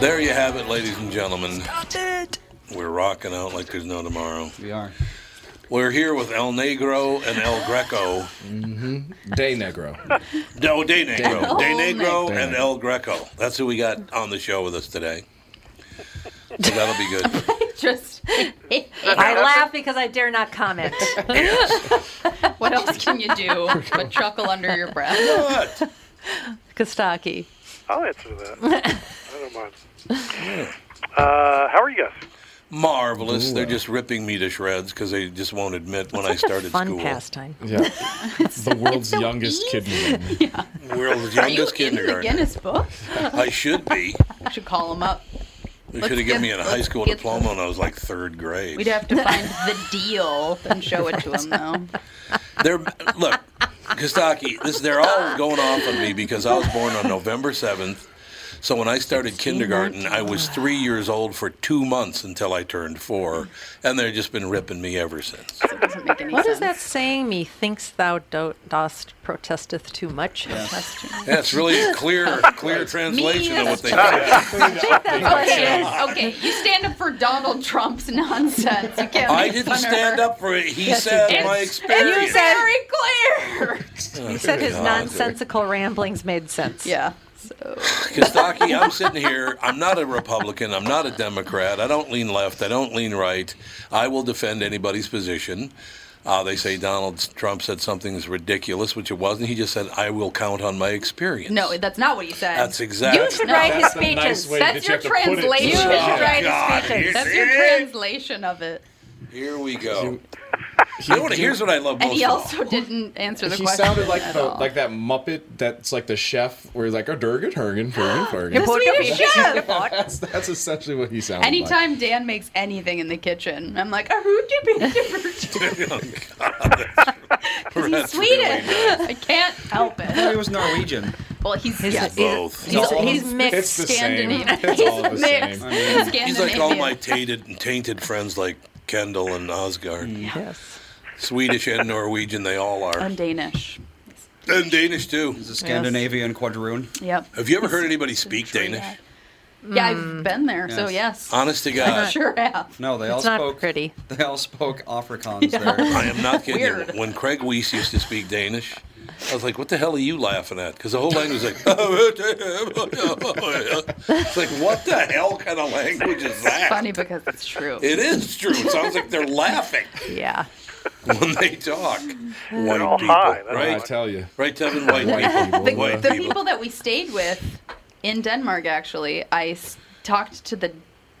[SPEAKER 1] There you have it, ladies and gentlemen. We're rocking out like there's no tomorrow.
[SPEAKER 5] We are.
[SPEAKER 1] We're here with El Negro and El Greco.
[SPEAKER 5] Mm-hmm.
[SPEAKER 1] Mm-hmm.
[SPEAKER 6] Day Negro.
[SPEAKER 1] <laughs> No, De Negro. De
[SPEAKER 3] El
[SPEAKER 1] Negro
[SPEAKER 6] Negro. Oh,
[SPEAKER 1] and El Greco. That's who we got on the show with us today. So that'll be good.
[SPEAKER 3] Just <laughs>
[SPEAKER 4] I laugh because I dare not comment.
[SPEAKER 3] what else can you
[SPEAKER 1] <laughs>
[SPEAKER 3] do but chuckle under <laughs> your breath?
[SPEAKER 1] What?
[SPEAKER 4] <laughs> Kostaki. <laughs>
[SPEAKER 9] Oh,
[SPEAKER 11] I'll answer that. I don't mind. Uh, how are you guys?
[SPEAKER 1] Marvelous. They're just ripping me to shreds because they just won't admit when I started
[SPEAKER 4] Fun
[SPEAKER 1] school.
[SPEAKER 4] pastime.
[SPEAKER 3] <laughs>
[SPEAKER 6] Yeah. the world's youngest kidney.
[SPEAKER 1] World's
[SPEAKER 3] Are you
[SPEAKER 1] youngest
[SPEAKER 3] in the
[SPEAKER 1] kindergarten. <laughs>
[SPEAKER 3] Guinness Book?
[SPEAKER 1] I should be.
[SPEAKER 3] I should call him up.
[SPEAKER 1] They
[SPEAKER 3] Let's
[SPEAKER 1] should have given
[SPEAKER 3] get-
[SPEAKER 1] me a high
[SPEAKER 3] let's
[SPEAKER 1] school
[SPEAKER 3] get
[SPEAKER 1] diploma when I was like third grade.
[SPEAKER 3] We'd have to find the deal and show it to him, though.
[SPEAKER 1] They're look, Kostaki. This they're all going off on me because I was born on November seventh. So when I started kindergarten, I was three years old for two months until I turned four, and they've just been ripping me ever since.
[SPEAKER 3] So it doesn't make any
[SPEAKER 4] What
[SPEAKER 3] sense.
[SPEAKER 4] is that saying? Methinks thou do- dost protesteth too much. <laughs>
[SPEAKER 1] Yeah, it's really a clear, clear translation of what they.
[SPEAKER 3] Okay, okay, you stand up for Donald Trump's nonsense. You can't.
[SPEAKER 1] I
[SPEAKER 3] make
[SPEAKER 1] didn't
[SPEAKER 3] fun of
[SPEAKER 1] stand
[SPEAKER 3] her.
[SPEAKER 1] up for it. He said my
[SPEAKER 3] It's
[SPEAKER 1] experience. Oh,
[SPEAKER 3] very clear.
[SPEAKER 4] He said his
[SPEAKER 1] God.
[SPEAKER 4] nonsensical ramblings made sense.
[SPEAKER 3] Yeah. So
[SPEAKER 1] Kostaki, I'm sitting here. I'm not a Republican. I'm not a Democrat. I don't lean left. I don't lean right. I will defend anybody's position. Uh, they say Donald Trump said something is ridiculous, which it wasn't. He just said, I will count on my experience.
[SPEAKER 3] no, that's not what he said.
[SPEAKER 1] That's exactly.
[SPEAKER 4] You should
[SPEAKER 3] No.
[SPEAKER 4] write his
[SPEAKER 3] That's
[SPEAKER 4] speeches.
[SPEAKER 3] That's your translation.
[SPEAKER 4] You should write
[SPEAKER 1] Oh, God,
[SPEAKER 4] his speeches.
[SPEAKER 1] here's-
[SPEAKER 3] That's your
[SPEAKER 1] See?
[SPEAKER 3] translation of it.
[SPEAKER 1] Here we go. You know what? Here's what I love most.
[SPEAKER 3] And he
[SPEAKER 1] of all.
[SPEAKER 3] also didn't answer the
[SPEAKER 6] He
[SPEAKER 3] question.
[SPEAKER 6] sounded like
[SPEAKER 3] at
[SPEAKER 6] the
[SPEAKER 3] all.
[SPEAKER 6] like that Muppet that's like the chef where he's like a Durgan Hergen Hergen
[SPEAKER 4] The
[SPEAKER 6] Hergen.
[SPEAKER 4] Swedish chef.
[SPEAKER 6] That's that's essentially what he sounded like.
[SPEAKER 3] Anytime Dan makes anything in the kitchen, I'm like, "Oh, a
[SPEAKER 1] <laughs>
[SPEAKER 3] hoochie
[SPEAKER 1] Oh, That's really
[SPEAKER 3] He's Swedish.
[SPEAKER 1] nice.
[SPEAKER 3] I can't help
[SPEAKER 5] No, he
[SPEAKER 3] it.
[SPEAKER 5] was Norwegian.
[SPEAKER 3] Well, he's
[SPEAKER 4] He's,
[SPEAKER 3] yes.
[SPEAKER 1] Both.
[SPEAKER 4] he's,
[SPEAKER 5] all-
[SPEAKER 4] he's mixed.
[SPEAKER 6] It's the same.
[SPEAKER 3] Scandinavian.
[SPEAKER 6] It's all the
[SPEAKER 3] He's
[SPEAKER 6] same.
[SPEAKER 3] mixed.
[SPEAKER 5] I mean,
[SPEAKER 1] He's like all my
[SPEAKER 3] Scandinavian. Mm.
[SPEAKER 1] tainted, tainted friends like Kendall and Osgard.
[SPEAKER 4] Yes.
[SPEAKER 1] Swedish and Norwegian, they all are.
[SPEAKER 3] I'm Danish.
[SPEAKER 1] And Danish, too.
[SPEAKER 5] he's a Scandinavian quadroon.
[SPEAKER 3] Yep.
[SPEAKER 1] Have you ever heard anybody speak
[SPEAKER 3] True
[SPEAKER 1] Danish?
[SPEAKER 3] that. Yeah, I've been there, so
[SPEAKER 5] Yes.
[SPEAKER 3] yes.
[SPEAKER 1] Honest to
[SPEAKER 3] I
[SPEAKER 1] God.
[SPEAKER 3] <laughs> sure have.
[SPEAKER 5] No, Hmm. they all
[SPEAKER 3] It's not
[SPEAKER 5] spoke
[SPEAKER 4] pretty.
[SPEAKER 5] They all spoke
[SPEAKER 1] <laughs>
[SPEAKER 5] Afrikaans there.
[SPEAKER 1] I am not kidding. You. When Craig Weiss used to speak Danish, I was like, "What the hell are you laughing at?" Because the whole language was like, <laughs> Oh, "It's like what the hell kind of language is that?"
[SPEAKER 3] Funny because it's true.
[SPEAKER 1] It is true. It sounds
[SPEAKER 3] <laughs>
[SPEAKER 1] like they're laughing
[SPEAKER 4] Yeah.
[SPEAKER 1] when they talk. White
[SPEAKER 4] all
[SPEAKER 1] people,
[SPEAKER 4] high, that's
[SPEAKER 1] right?
[SPEAKER 6] I tell you.
[SPEAKER 1] Right, Tevin? White
[SPEAKER 3] <laughs> the,
[SPEAKER 1] people. White
[SPEAKER 3] the
[SPEAKER 1] people.
[SPEAKER 3] people that we stayed with in Denmark, actually, I s- talked to the.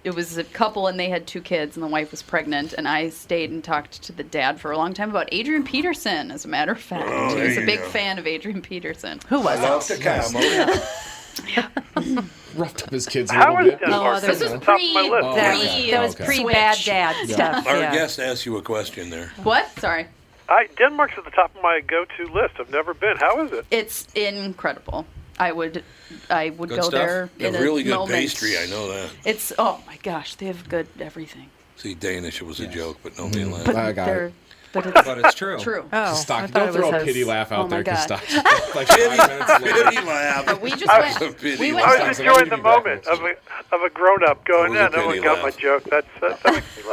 [SPEAKER 3] It was a couple, and they had two kids, and the wife was pregnant. And I stayed and talked to the dad for a long time about Adrian Peterson. As a matter of fact,
[SPEAKER 1] Oh,
[SPEAKER 3] he
[SPEAKER 1] there
[SPEAKER 3] was a
[SPEAKER 1] you
[SPEAKER 3] big
[SPEAKER 1] go.
[SPEAKER 3] fan of Adrian Peterson.
[SPEAKER 4] Who was
[SPEAKER 1] Love to come. Oh,
[SPEAKER 3] <laughs>
[SPEAKER 6] Roughed up his kids a
[SPEAKER 4] How
[SPEAKER 6] little
[SPEAKER 4] is
[SPEAKER 6] bit.
[SPEAKER 4] Denmark? No, This is
[SPEAKER 3] Top of my pre- list.
[SPEAKER 6] okay.
[SPEAKER 4] pre- that was
[SPEAKER 6] Okay.
[SPEAKER 4] pre- Bad dad
[SPEAKER 3] Switch.
[SPEAKER 4] stuff,
[SPEAKER 1] Our
[SPEAKER 4] yeah.
[SPEAKER 1] guest asked you a question there.
[SPEAKER 3] What? Sorry.
[SPEAKER 11] I Denmark's at the top of my go-to list. I've never been. How
[SPEAKER 1] <laughs>
[SPEAKER 11] is it?
[SPEAKER 3] It's incredible. I would, I would
[SPEAKER 1] Good
[SPEAKER 3] go
[SPEAKER 1] stuff?
[SPEAKER 3] there
[SPEAKER 1] They have
[SPEAKER 3] in a
[SPEAKER 1] really good
[SPEAKER 3] moment.
[SPEAKER 1] pastry, I know that.
[SPEAKER 3] It's oh my gosh, they have good everything.
[SPEAKER 1] See, Danish, it was a joke, but nobody laughed.
[SPEAKER 3] But they're- But it's,
[SPEAKER 1] But it's true.
[SPEAKER 3] True.
[SPEAKER 4] Oh,
[SPEAKER 6] Stock, don't throw a pity laugh out
[SPEAKER 3] oh
[SPEAKER 6] there,
[SPEAKER 3] my
[SPEAKER 6] because
[SPEAKER 3] God.
[SPEAKER 6] Stock.
[SPEAKER 4] <laughs>
[SPEAKER 6] Like five minutes later.
[SPEAKER 1] Pity laugh.
[SPEAKER 3] But we just
[SPEAKER 11] I
[SPEAKER 3] went.
[SPEAKER 11] was,
[SPEAKER 3] We
[SPEAKER 11] I
[SPEAKER 3] went.
[SPEAKER 11] was enjoying the moment of a, of a grown-up going,
[SPEAKER 1] It was a
[SPEAKER 11] yeah, no one
[SPEAKER 1] pity
[SPEAKER 11] got my
[SPEAKER 1] laugh.
[SPEAKER 11] joke. That's, that, that makes me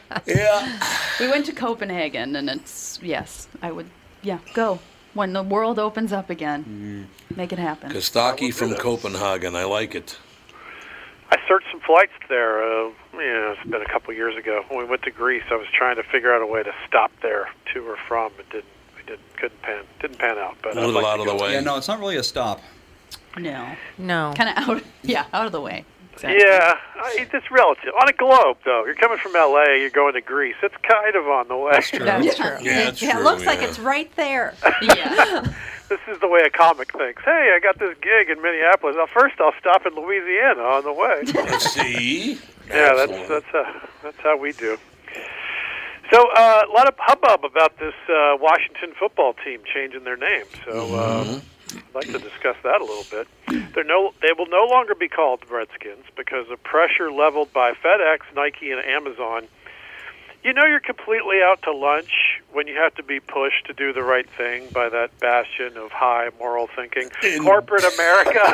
[SPEAKER 3] <laughs>
[SPEAKER 11] laugh.
[SPEAKER 3] We went to Copenhagen, and it's yes, I would. Yeah, go when the world opens up again.
[SPEAKER 11] Mm.
[SPEAKER 3] Make it happen.
[SPEAKER 1] <laughs> Kostaki from Copenhagen. I like it.
[SPEAKER 11] I searched some flights there. Uh, yeah, it's been a couple years ago when we went to Greece. I was trying to figure out a way to stop there to or from. It didn't. We didn't. Couldn't pan. Didn't pan out. But
[SPEAKER 1] A
[SPEAKER 11] I'd
[SPEAKER 1] little
[SPEAKER 11] like
[SPEAKER 1] out
[SPEAKER 11] to
[SPEAKER 1] of the
[SPEAKER 11] go.
[SPEAKER 1] way.
[SPEAKER 5] Yeah, no, it's not really a stop.
[SPEAKER 3] No.
[SPEAKER 4] No.
[SPEAKER 3] Kind of out. Yeah, out of the way.
[SPEAKER 11] Yeah, I, it's relative. On a globe, though, you're coming from L.A., you're going to Greece. It's kind of on the way. That's
[SPEAKER 4] <laughs>
[SPEAKER 11] true.
[SPEAKER 4] That's true. yeah, it looks like it's right there.
[SPEAKER 11] <laughs> This is the way a comic thinks. Hey, I got this gig in Minneapolis. Now, first, I'll stop in Louisiana on the way.
[SPEAKER 1] See?
[SPEAKER 11] yeah, that's that's uh, that's how we do. So, uh, a lot of hubbub about this uh, Washington football team changing their name. So, uh, I'd like to discuss that a little bit. They're no, they will no longer be called the Redskins because of pressure leveled by FedEx, Nike, and Amazon. You know, you're completely out to lunch when you have to be pushed to do the right thing by that bastion of high moral thinking, corporate America.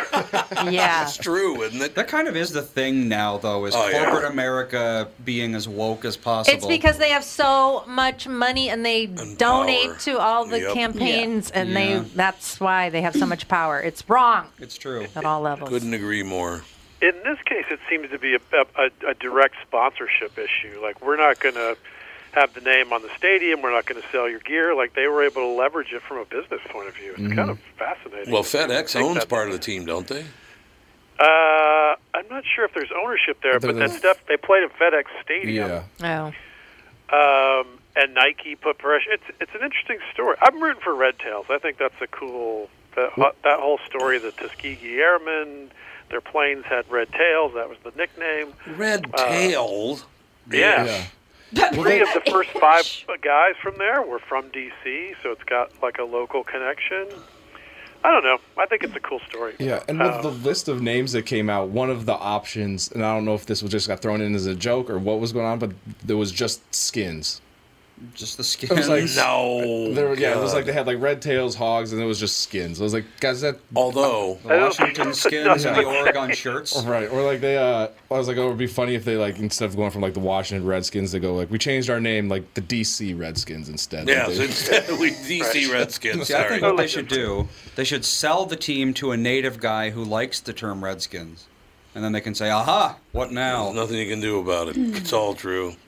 [SPEAKER 1] <laughs>
[SPEAKER 11] <laughs>
[SPEAKER 4] Yeah.
[SPEAKER 1] true, isn't it?
[SPEAKER 5] That kind of is the thing now, though, is
[SPEAKER 1] Oh, yeah.
[SPEAKER 5] corporate America being as woke as possible.
[SPEAKER 4] It's because they have so much money and they donate to all the
[SPEAKER 5] Yep.
[SPEAKER 4] campaigns,
[SPEAKER 5] Yeah.
[SPEAKER 4] and
[SPEAKER 5] Yeah.
[SPEAKER 4] they—that's why they have so much power. It's wrong
[SPEAKER 5] it's true.
[SPEAKER 4] at all levels.
[SPEAKER 1] Couldn't agree more.
[SPEAKER 11] In this case, it seems to be a, a, a direct sponsorship issue. Like, we're not going to have the name on the stadium. We're not going to sell your gear. Like, they were able to leverage it from a business point of view. It's kind of fascinating.
[SPEAKER 1] Well,
[SPEAKER 11] to see.
[SPEAKER 1] FedEx owns part of the team, don't they?
[SPEAKER 11] Uh, I'm not sure if there's ownership there,
[SPEAKER 1] They're
[SPEAKER 11] but
[SPEAKER 1] the-
[SPEAKER 11] that stuff they played at FedEx Stadium.
[SPEAKER 6] Yeah.
[SPEAKER 4] Oh.
[SPEAKER 11] Um, and Nike put pressure. It's it's an interesting story. I'm rooting for Red Tails. I think that's a cool that that whole story. of The Tuskegee Airmen, their planes had red tails. That was the nickname.
[SPEAKER 1] Red
[SPEAKER 11] Uh,
[SPEAKER 1] tails.
[SPEAKER 11] Yeah.
[SPEAKER 1] Well,
[SPEAKER 11] Three
[SPEAKER 1] they-
[SPEAKER 11] of the first five guys from there were from D.C., so it's got like a local connection. I don't know. I think it's a cool story. Uh,
[SPEAKER 6] Yeah, and with the list of names that came out, one of the options, and I don't know if this was just got thrown in as a joke or what was going on, but there was just skins.
[SPEAKER 5] Just the skins.
[SPEAKER 6] It was like,
[SPEAKER 1] no.
[SPEAKER 6] There, were- yeah, it was
[SPEAKER 1] God.
[SPEAKER 6] like they had like red tails, hogs, and it was just skins. I was like, guys, that
[SPEAKER 1] <laughs>
[SPEAKER 5] <laughs>
[SPEAKER 1] although <laughs>
[SPEAKER 5] The Washington skins and the Oregon shirts.
[SPEAKER 6] right, or like they, uh, I was like, oh, it'd be funny if they like instead of going from like the Washington Redskins, they go like, we changed our name like the DC Redskins instead.
[SPEAKER 1] Yeah,
[SPEAKER 6] Like, <laughs>
[SPEAKER 1] so
[SPEAKER 5] <laughs>
[SPEAKER 6] they-
[SPEAKER 1] instead we DC Redskins.
[SPEAKER 5] See, I
[SPEAKER 1] Sorry.
[SPEAKER 5] think what they should do, they should sell the team to a native guy who likes the term Redskins, and then they can say, "Aha, what now?"
[SPEAKER 1] There's nothing you can do about it. It's all true.
[SPEAKER 11] <laughs>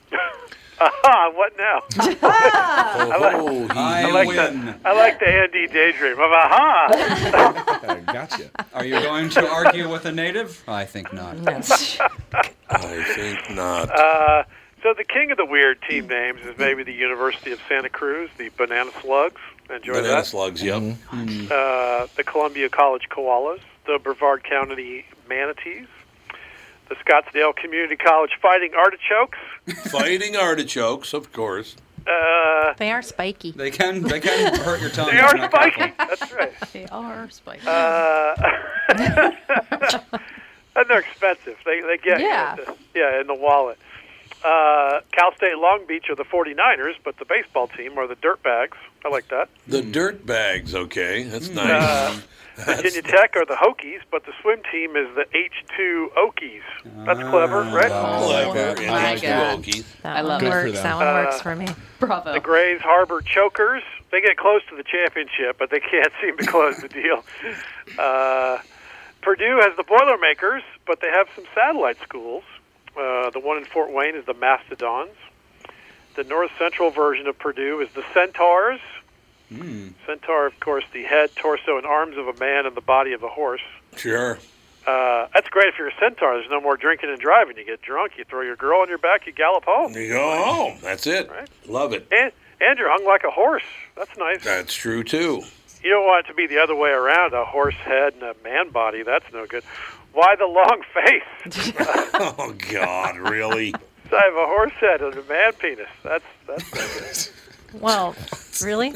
[SPEAKER 11] Aha! What
[SPEAKER 6] <laughs>
[SPEAKER 11] now? I like,
[SPEAKER 5] Oh, I
[SPEAKER 11] I like
[SPEAKER 5] win.
[SPEAKER 11] the I like the Andy daydream of
[SPEAKER 6] <laughs>
[SPEAKER 11] aha.
[SPEAKER 6] gotcha.
[SPEAKER 5] Are you going to argue with a native? I think not.
[SPEAKER 1] I think not.
[SPEAKER 11] Uh, so the king of the weird team names is maybe the University of Santa Cruz, the Banana Slugs. Enjoy
[SPEAKER 1] Banana
[SPEAKER 11] that.
[SPEAKER 1] slugs, yep.
[SPEAKER 6] Mm-hmm.
[SPEAKER 11] Uh, the Columbia College Koalas, the Brevard County Manatees, the Scottsdale Community College Fighting Artichokes.
[SPEAKER 1] <laughs> Fighting artichokes, of course.
[SPEAKER 11] Uh,
[SPEAKER 4] They are spiky.
[SPEAKER 5] They can they can hurt your
[SPEAKER 11] <laughs>
[SPEAKER 5] tongue.
[SPEAKER 11] they
[SPEAKER 5] if
[SPEAKER 11] are
[SPEAKER 5] you're not careful.
[SPEAKER 11] spiky.
[SPEAKER 4] <laughs>
[SPEAKER 11] That's right.
[SPEAKER 3] They are spicy. <laughs>
[SPEAKER 11] Uh, <laughs> and they're expensive. They they get you
[SPEAKER 3] Yeah.
[SPEAKER 11] with the- yeah in the wallet. Uh, Cal State Long Beach are the 49ers, but the baseball team are the Dirtbags. I like that.
[SPEAKER 1] The dirt bags, okay. <laughs> That's nice.
[SPEAKER 11] Uh, Virginia Tech are the Hokies, but the swim team is the H2 Okies. That's clever, right?
[SPEAKER 6] that.
[SPEAKER 11] Oh
[SPEAKER 6] I like that.
[SPEAKER 3] I love
[SPEAKER 6] Good
[SPEAKER 3] it.
[SPEAKER 6] for them.
[SPEAKER 11] Uh,
[SPEAKER 4] me.
[SPEAKER 3] Bravo.
[SPEAKER 11] The Grays Harbor Chokers. They get close to the championship, but they can't <laughs> seem to close the deal. Uh, Purdue has the Boilermakers, but they have some satellite schools. Uh, the one in Fort Wayne is the Mastodons. The North Central version of Purdue is the Centaurs. Centaur, of course, the head, torso, and arms of a man and the body of a horse.
[SPEAKER 1] Sure.
[SPEAKER 11] Uh, that's great if you're a centaur. There's no more drinking and driving. You get drunk, you throw your girl on your back, you gallop home.
[SPEAKER 1] You go home. That's it. Love it.
[SPEAKER 11] And, and you're hung like a horse. That's nice.
[SPEAKER 1] That's true too.
[SPEAKER 11] You don't want it to be the other way around a horse head and a man body. That's no good. Why the long
[SPEAKER 1] <laughs>
[SPEAKER 11] <laughs> face?
[SPEAKER 1] oh, God,
[SPEAKER 11] <laughs>
[SPEAKER 1] really?
[SPEAKER 11] So I have a horse head and a man penis. That's that's no
[SPEAKER 1] <laughs>
[SPEAKER 11] good.
[SPEAKER 4] Well, really?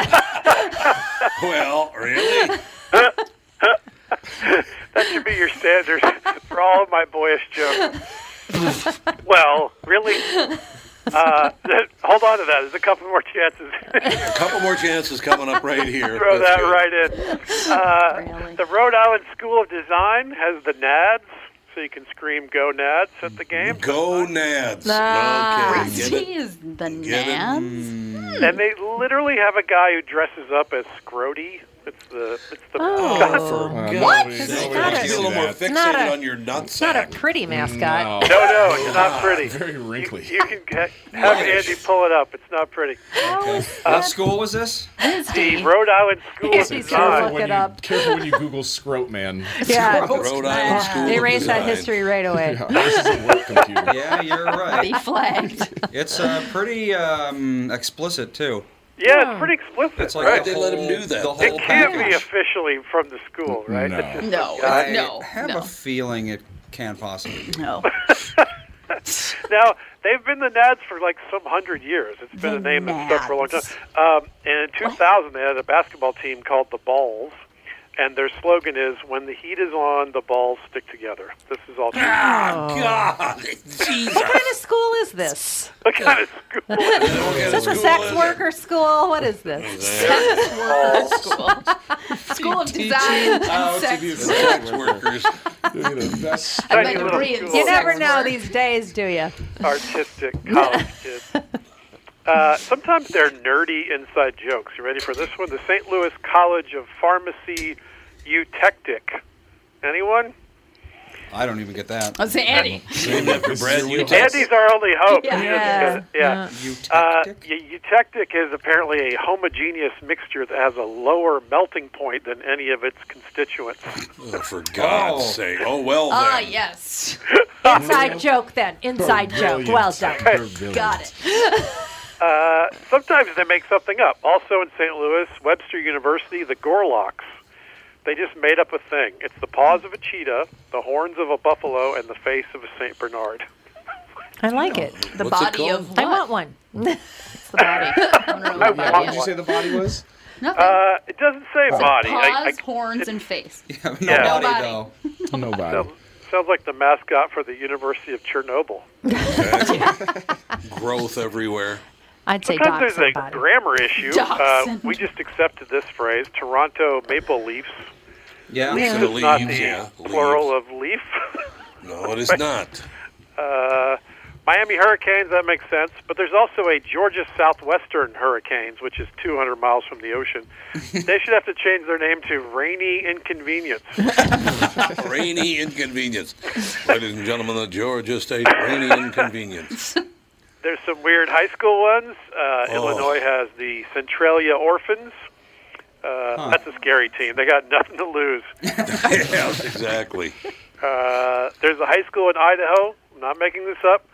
[SPEAKER 11] <laughs>
[SPEAKER 1] well, really?
[SPEAKER 11] that should be your standard <laughs> for all of my boyish jokes. well, really? Uh, <laughs> hold on to that. There's a couple more chances. <laughs>
[SPEAKER 1] A couple more chances coming up right here.
[SPEAKER 11] Throw
[SPEAKER 1] That's good.
[SPEAKER 11] that right in. Uh, The Rhode Island School of Design has the NADS, so you can scream "Go NADS" at the game.
[SPEAKER 1] Go Nads.
[SPEAKER 3] Ah,
[SPEAKER 1] okay, get it.
[SPEAKER 3] he is the
[SPEAKER 1] Get it.
[SPEAKER 3] man.
[SPEAKER 11] And they literally have a guy who dresses up as Scrody. It's the it's the
[SPEAKER 4] Oh.
[SPEAKER 1] God,
[SPEAKER 4] What?
[SPEAKER 1] we-
[SPEAKER 4] This
[SPEAKER 1] we
[SPEAKER 4] is
[SPEAKER 1] want
[SPEAKER 4] not
[SPEAKER 1] to
[SPEAKER 4] a-
[SPEAKER 1] get a little more
[SPEAKER 4] it's not
[SPEAKER 1] fixated
[SPEAKER 4] a-
[SPEAKER 1] on your nuts.
[SPEAKER 4] Not a pretty mascot.
[SPEAKER 11] No, no, it's not pretty.
[SPEAKER 6] Ah, Very wrinkly.
[SPEAKER 11] You can get, have
[SPEAKER 5] Nice.
[SPEAKER 11] Andy pull it up. It's not pretty.
[SPEAKER 5] What school was this?
[SPEAKER 11] The Rhode Island School of Design.
[SPEAKER 6] when you, Careful when you Google Scroat Man. <laughs>
[SPEAKER 4] Yeah.
[SPEAKER 1] Rhode Island School.
[SPEAKER 4] They
[SPEAKER 1] of
[SPEAKER 4] erased that
[SPEAKER 1] Design. <laughs>
[SPEAKER 4] history right away.
[SPEAKER 5] Yeah, you're right.
[SPEAKER 3] Be flagged.
[SPEAKER 5] It's uh, pretty um, explicit too.
[SPEAKER 11] Yeah, it's pretty explicit.
[SPEAKER 5] It's like
[SPEAKER 1] Right.
[SPEAKER 5] the
[SPEAKER 1] They let
[SPEAKER 5] whole-
[SPEAKER 1] him do that.
[SPEAKER 5] The whole
[SPEAKER 11] It can't be
[SPEAKER 5] package.
[SPEAKER 11] officially from the school, right?
[SPEAKER 6] No.
[SPEAKER 11] <laughs> It's just
[SPEAKER 3] No,
[SPEAKER 11] some guy.
[SPEAKER 5] I
[SPEAKER 3] no,
[SPEAKER 5] have
[SPEAKER 3] no.
[SPEAKER 5] a feeling it can't possibly. Be.
[SPEAKER 3] No.
[SPEAKER 11] <laughs> Now they've been the Nads for like some hundred years. It's been
[SPEAKER 3] The
[SPEAKER 11] a name that's stuck for a long time. Um, and in 2000, they had a basketball team called the Balls, and their slogan is "When the heat is on, the balls stick together." This is all. true.
[SPEAKER 1] God, Jesus.
[SPEAKER 4] What kind of school is this?
[SPEAKER 11] What kind of school?
[SPEAKER 4] Is this a sex worker school? What is this?
[SPEAKER 3] School of Design
[SPEAKER 1] Oh,
[SPEAKER 3] and Sex.
[SPEAKER 1] Sex workers.
[SPEAKER 3] I
[SPEAKER 11] Tiny
[SPEAKER 3] like
[SPEAKER 11] little
[SPEAKER 3] Korean
[SPEAKER 11] school.
[SPEAKER 4] You never
[SPEAKER 3] sex
[SPEAKER 4] know
[SPEAKER 3] work.
[SPEAKER 4] these days, do you?
[SPEAKER 11] artistic college kids. Uh, sometimes they're nerdy inside jokes. You ready for this one? The St. Louis College of Pharmacy Eutectic. Anyone?
[SPEAKER 5] <laughs> I don't even get that.
[SPEAKER 3] I was
[SPEAKER 1] <laughs>
[SPEAKER 3] saying, Andy.
[SPEAKER 1] Named after Brad Utah.
[SPEAKER 11] Andy's our only hope.
[SPEAKER 3] Yeah.
[SPEAKER 11] Yeah. yeah.
[SPEAKER 5] You
[SPEAKER 11] Uh,
[SPEAKER 5] tactic?
[SPEAKER 11] eu- eutectic is apparently a homogeneous mixture that has a lower melting point than any of its constituents.
[SPEAKER 1] Oh, for God's
[SPEAKER 5] Oh.
[SPEAKER 1] sake. Oh, well then.
[SPEAKER 3] Ah,
[SPEAKER 11] <laughs>
[SPEAKER 3] yes.
[SPEAKER 4] Inside joke, then. Inside joke. Well done.
[SPEAKER 3] Got it.
[SPEAKER 11] Uh, sometimes they make something up. Also in St. Louis, Webster University, the Gorlocks. They just made up a thing. It's the paws of a cheetah, the horns of a buffalo, and the face of a St. Bernard.
[SPEAKER 4] I like it.
[SPEAKER 3] The
[SPEAKER 1] What's it
[SPEAKER 3] body
[SPEAKER 1] called?
[SPEAKER 3] of what?
[SPEAKER 4] I want one. <laughs>
[SPEAKER 3] It's the body. <laughs> I
[SPEAKER 11] <laughs>
[SPEAKER 3] don't know what the
[SPEAKER 6] Yeah,
[SPEAKER 3] body
[SPEAKER 6] what did you
[SPEAKER 3] is.
[SPEAKER 6] say the body was?
[SPEAKER 3] Nothing.
[SPEAKER 11] Uh, it doesn't say body. I, I,
[SPEAKER 3] Paws, horns, and face.
[SPEAKER 5] no
[SPEAKER 11] yeah.
[SPEAKER 5] body
[SPEAKER 3] Nobody.
[SPEAKER 5] though.
[SPEAKER 6] Nobody.
[SPEAKER 11] sounds like the mascot for the University of Chernobyl.
[SPEAKER 1] Growth everywhere.
[SPEAKER 4] I'd say
[SPEAKER 11] Sometimes
[SPEAKER 4] docs
[SPEAKER 11] there's
[SPEAKER 4] and
[SPEAKER 11] a
[SPEAKER 4] body.
[SPEAKER 11] grammar issue. Uh,
[SPEAKER 3] Dachshund.
[SPEAKER 11] we just accepted this phrase: Toronto Maple Leafs.
[SPEAKER 5] Yeah.
[SPEAKER 1] Leaves and
[SPEAKER 11] It's
[SPEAKER 1] leaves,
[SPEAKER 11] not the
[SPEAKER 1] yeah. leaves.
[SPEAKER 11] plural of leaf.
[SPEAKER 1] No, it
[SPEAKER 11] <laughs>
[SPEAKER 1] is not.
[SPEAKER 11] Uh, Miami Hurricanes, that makes sense. But there's also a Georgia Southwestern Hurricanes, which is 200 miles from
[SPEAKER 1] <laughs>
[SPEAKER 11] the ocean. they should have to change their name to Rainy Inconvenience. <laughs>
[SPEAKER 1] Rainy inconvenience. Ladies and gentlemen, the Georgia State rainy
[SPEAKER 11] <laughs>
[SPEAKER 1] inconvenience.
[SPEAKER 11] There's some weird high school ones. Uh, Illinois has the Centralia Orphans. Uh, That's a scary team. They got <laughs> nothing to lose.
[SPEAKER 1] yes, exactly.
[SPEAKER 11] Uh, there's a high school in Idaho. I'm not making this up.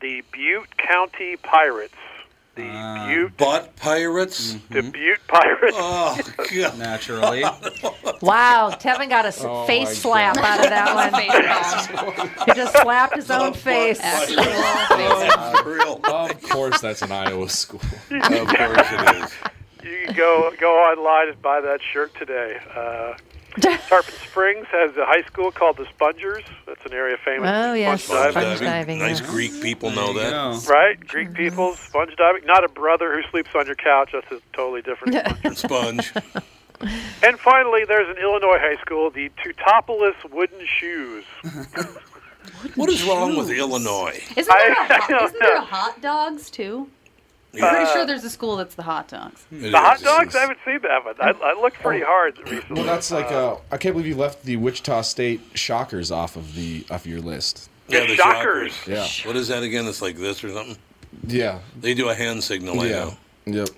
[SPEAKER 11] The Butte County Pirates. The
[SPEAKER 5] Uh,
[SPEAKER 1] Uh,
[SPEAKER 11] Butte,
[SPEAKER 1] Butt pirates.
[SPEAKER 11] the
[SPEAKER 5] Mm-hmm.
[SPEAKER 11] Butte Pirates.
[SPEAKER 1] Oh God.
[SPEAKER 5] Naturally. <laughs>
[SPEAKER 4] Wow, Tevin got a
[SPEAKER 6] <laughs>
[SPEAKER 4] s-
[SPEAKER 6] Oh
[SPEAKER 4] face slap out of that one.
[SPEAKER 3] Face
[SPEAKER 1] <laughs>
[SPEAKER 3] bomb.
[SPEAKER 4] He just slapped
[SPEAKER 6] <laughs>
[SPEAKER 4] his own
[SPEAKER 1] Butt
[SPEAKER 4] face.
[SPEAKER 1] pirates.
[SPEAKER 3] Absolutely.
[SPEAKER 1] For real.
[SPEAKER 6] Of course, that's an Iowa school.
[SPEAKER 1] <laughs> Of course it is.
[SPEAKER 11] You can go go online and buy that shirt today.
[SPEAKER 4] <laughs>
[SPEAKER 11] Uh, Tarpon Springs has a high school called the Spongers. That's an area famous
[SPEAKER 4] Oh,
[SPEAKER 11] for
[SPEAKER 4] yes.
[SPEAKER 11] sponge diving.
[SPEAKER 4] Sponge diving,
[SPEAKER 1] Nice
[SPEAKER 4] yeah.
[SPEAKER 1] Greek people
[SPEAKER 5] There
[SPEAKER 1] know
[SPEAKER 5] you
[SPEAKER 1] that.
[SPEAKER 5] go.
[SPEAKER 11] Right, Greek
[SPEAKER 4] <laughs>
[SPEAKER 11] people, sponge diving. Not a brother who sleeps on your couch. That's a totally different.
[SPEAKER 1] Sponge.
[SPEAKER 11] And finally, there's an Illinois high school, the Teutopolis Wooden Shoes.
[SPEAKER 1] What is wrong with Illinois?
[SPEAKER 11] Uh,
[SPEAKER 3] Isn't there, a
[SPEAKER 11] <laughs> I- I
[SPEAKER 3] hot,
[SPEAKER 11] don't
[SPEAKER 3] isn't there
[SPEAKER 11] know.
[SPEAKER 3] a hot dogs too?
[SPEAKER 11] Yeah.
[SPEAKER 3] I'm pretty
[SPEAKER 11] Uh,
[SPEAKER 3] sure there's a school that's the hot dogs.
[SPEAKER 1] Hmm.
[SPEAKER 11] The hot dogs? I haven't seen that one. I, I looked pretty
[SPEAKER 4] Oh.
[SPEAKER 1] Oh.
[SPEAKER 11] hard recently.
[SPEAKER 6] Well, that's like uh, I can't believe you left the Wichita State Shockers off of the off your list.
[SPEAKER 1] Yeah, the shockers.
[SPEAKER 6] Yeah.
[SPEAKER 1] What is that again? It's like this or something.
[SPEAKER 6] Yeah.
[SPEAKER 1] They do a hand signal. I
[SPEAKER 6] Yeah.
[SPEAKER 1] know.
[SPEAKER 6] Yep.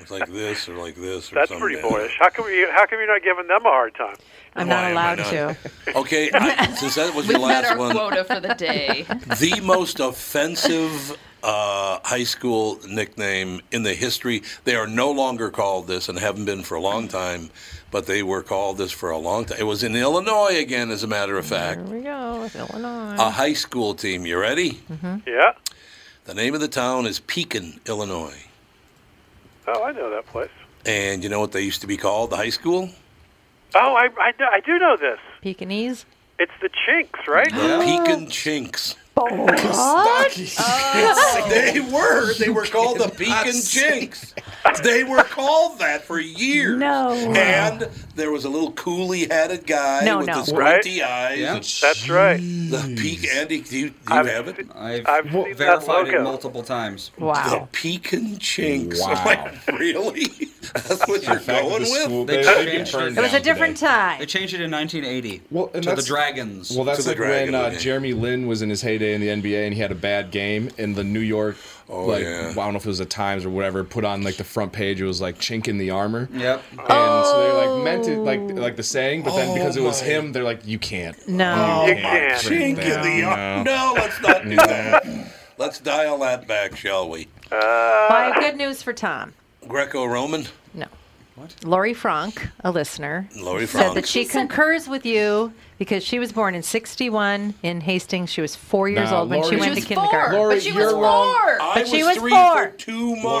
[SPEAKER 1] It's like this or like this or
[SPEAKER 11] That's
[SPEAKER 1] something.
[SPEAKER 11] pretty boyish. How come you? How come you're not giving them a hard time?
[SPEAKER 4] I'm not allowed to.
[SPEAKER 1] <laughs> Okay, I, since that was
[SPEAKER 3] We've
[SPEAKER 1] your
[SPEAKER 3] met
[SPEAKER 1] last
[SPEAKER 3] our
[SPEAKER 1] one,
[SPEAKER 3] quota for
[SPEAKER 1] <laughs>
[SPEAKER 3] the day.
[SPEAKER 1] the most offensive uh, high school nickname in the history. They are no longer called this and haven't been for a long time, but they were called this for a long time. It was in Illinois again, as a matter of fact.
[SPEAKER 4] Here we go with Illinois.
[SPEAKER 1] A high school team. You ready?
[SPEAKER 4] Mhm.
[SPEAKER 11] Yeah.
[SPEAKER 1] The name of the town is Pekin, Illinois.
[SPEAKER 11] Oh, I know that place.
[SPEAKER 1] And you know what they used to be called, the high school?
[SPEAKER 11] Oh, I, I, know- I do know this.
[SPEAKER 4] Pekinese.
[SPEAKER 11] It's the Chinks, right?
[SPEAKER 1] The Pekin Chinks. They were. They were called the Pekin Chinks. They were called that for years. No. And there was a little coolie hatted guy
[SPEAKER 11] No,
[SPEAKER 1] with
[SPEAKER 11] no.
[SPEAKER 1] the
[SPEAKER 11] Right?
[SPEAKER 1] squinty eyes.
[SPEAKER 5] Yeah.
[SPEAKER 11] That's right.
[SPEAKER 1] The Peak Andy, do you, do you
[SPEAKER 5] I've
[SPEAKER 1] have it?
[SPEAKER 5] I've,
[SPEAKER 1] I've
[SPEAKER 5] wo-
[SPEAKER 1] seen that
[SPEAKER 5] verified it
[SPEAKER 1] logo.
[SPEAKER 5] multiple times.
[SPEAKER 1] The Pekin Chinks. I'm
[SPEAKER 5] Wow.
[SPEAKER 1] like, really? <laughs> That's what you're going with?
[SPEAKER 5] They changed
[SPEAKER 4] It was a different time.
[SPEAKER 5] They changed it in 1980
[SPEAKER 6] well, and
[SPEAKER 5] to the
[SPEAKER 6] that's-
[SPEAKER 5] Dragons.
[SPEAKER 6] Well, that's
[SPEAKER 5] To the
[SPEAKER 6] like
[SPEAKER 5] Dragon
[SPEAKER 6] when uh,
[SPEAKER 5] League.
[SPEAKER 6] Jeremy Lin was in his heyday in the NBA and he had a bad game, and the New York, like
[SPEAKER 1] Oh, yeah.
[SPEAKER 6] I don't know if it was the Times or whatever, put on like the front page. It was like chink in the armor.
[SPEAKER 5] Yep.
[SPEAKER 6] And so they like meant it like like the saying, but then because it was him, they're like, you can't.
[SPEAKER 4] No.
[SPEAKER 1] You
[SPEAKER 6] my
[SPEAKER 1] can't. Oh
[SPEAKER 6] friend,
[SPEAKER 1] Chink in the
[SPEAKER 6] no.
[SPEAKER 1] arm. No, let's not do that. Let's dial that back, shall we?
[SPEAKER 4] My good news for Tom.
[SPEAKER 1] Greco Roman.
[SPEAKER 4] No. Lori Frank, a listener,
[SPEAKER 1] Lori
[SPEAKER 4] said
[SPEAKER 1] Frank.
[SPEAKER 4] that she
[SPEAKER 1] She said-
[SPEAKER 4] concurs with you because she was born in 61 in Hastings. She was four years
[SPEAKER 6] Nah,
[SPEAKER 4] old when she
[SPEAKER 6] Lori-
[SPEAKER 4] went to
[SPEAKER 6] She was
[SPEAKER 4] kindergarten.
[SPEAKER 6] four, Lori, but she was you're wrong. four. I
[SPEAKER 4] But she
[SPEAKER 6] was
[SPEAKER 4] was
[SPEAKER 6] three
[SPEAKER 4] four.
[SPEAKER 6] for
[SPEAKER 1] two
[SPEAKER 6] Lori's wrong too.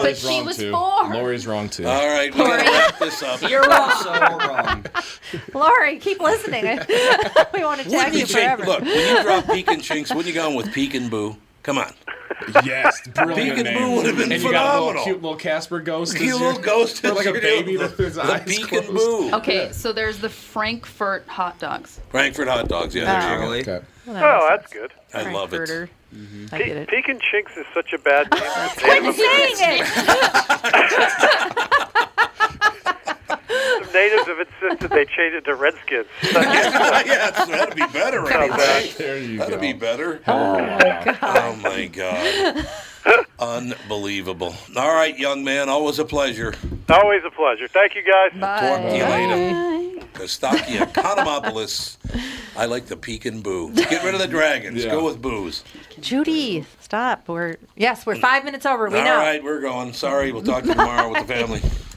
[SPEAKER 6] Lori's wrong too.
[SPEAKER 1] All right, we gotta wrap this up.
[SPEAKER 4] You're wrong.
[SPEAKER 5] So wrong.
[SPEAKER 4] <laughs> Lori, keep
[SPEAKER 6] <laughs>
[SPEAKER 4] listening. <laughs> we want to
[SPEAKER 1] Wouldn't
[SPEAKER 4] tag you
[SPEAKER 1] you change-
[SPEAKER 4] forever.
[SPEAKER 1] Look, when you drop Pekin Chinks, wouldn't you go in with Pekin Boo? Come on.
[SPEAKER 6] Yes, brilliant
[SPEAKER 1] Peek and
[SPEAKER 6] name.
[SPEAKER 1] Boo would have been
[SPEAKER 6] and You got a little
[SPEAKER 1] phenomenal.
[SPEAKER 6] cute little Casper
[SPEAKER 1] <laughs>
[SPEAKER 6] ghost.
[SPEAKER 1] Cute
[SPEAKER 6] as
[SPEAKER 1] little
[SPEAKER 6] your-
[SPEAKER 1] ghost
[SPEAKER 6] or
[SPEAKER 1] as
[SPEAKER 6] like a
[SPEAKER 1] your-
[SPEAKER 6] baby with his
[SPEAKER 1] the
[SPEAKER 6] eyes
[SPEAKER 1] Peek and
[SPEAKER 6] closed.
[SPEAKER 1] Boo.
[SPEAKER 3] Okay, so there's the Frankfurt hot dogs.
[SPEAKER 1] Frankfurt hot dogs. Yeah, there
[SPEAKER 4] Oh.
[SPEAKER 1] you go.
[SPEAKER 4] Well, that
[SPEAKER 11] Oh,
[SPEAKER 4] makes
[SPEAKER 11] that's
[SPEAKER 4] sense.
[SPEAKER 11] good.
[SPEAKER 1] I love it.
[SPEAKER 4] Frankfurter. Mm-hmm. I
[SPEAKER 11] Pe-
[SPEAKER 4] get it.
[SPEAKER 11] Pekin Chinks is such a bad name. It's
[SPEAKER 4] I'm
[SPEAKER 11] Native
[SPEAKER 4] saying it.
[SPEAKER 11] <laughs> American- natives have insisted they change it to Redskins.
[SPEAKER 1] <laughs> yeah, so that'd be better. I think.
[SPEAKER 6] There you
[SPEAKER 1] That'd
[SPEAKER 6] go.
[SPEAKER 1] be better.
[SPEAKER 6] Oh my god.
[SPEAKER 1] Oh my God. Unbelievable. All right, young man. Always a pleasure.
[SPEAKER 11] Always a pleasure. Thank you, guys.
[SPEAKER 1] Talk to you later. Kostaki Economopoulos. I like the peek and boo. Get rid of the dragons. Go with booze.
[SPEAKER 4] Judy, stop. We're yes, we're five minutes over. We
[SPEAKER 1] All
[SPEAKER 4] know.
[SPEAKER 1] right, we're going. Sorry, we'll talk to you tomorrow with the family.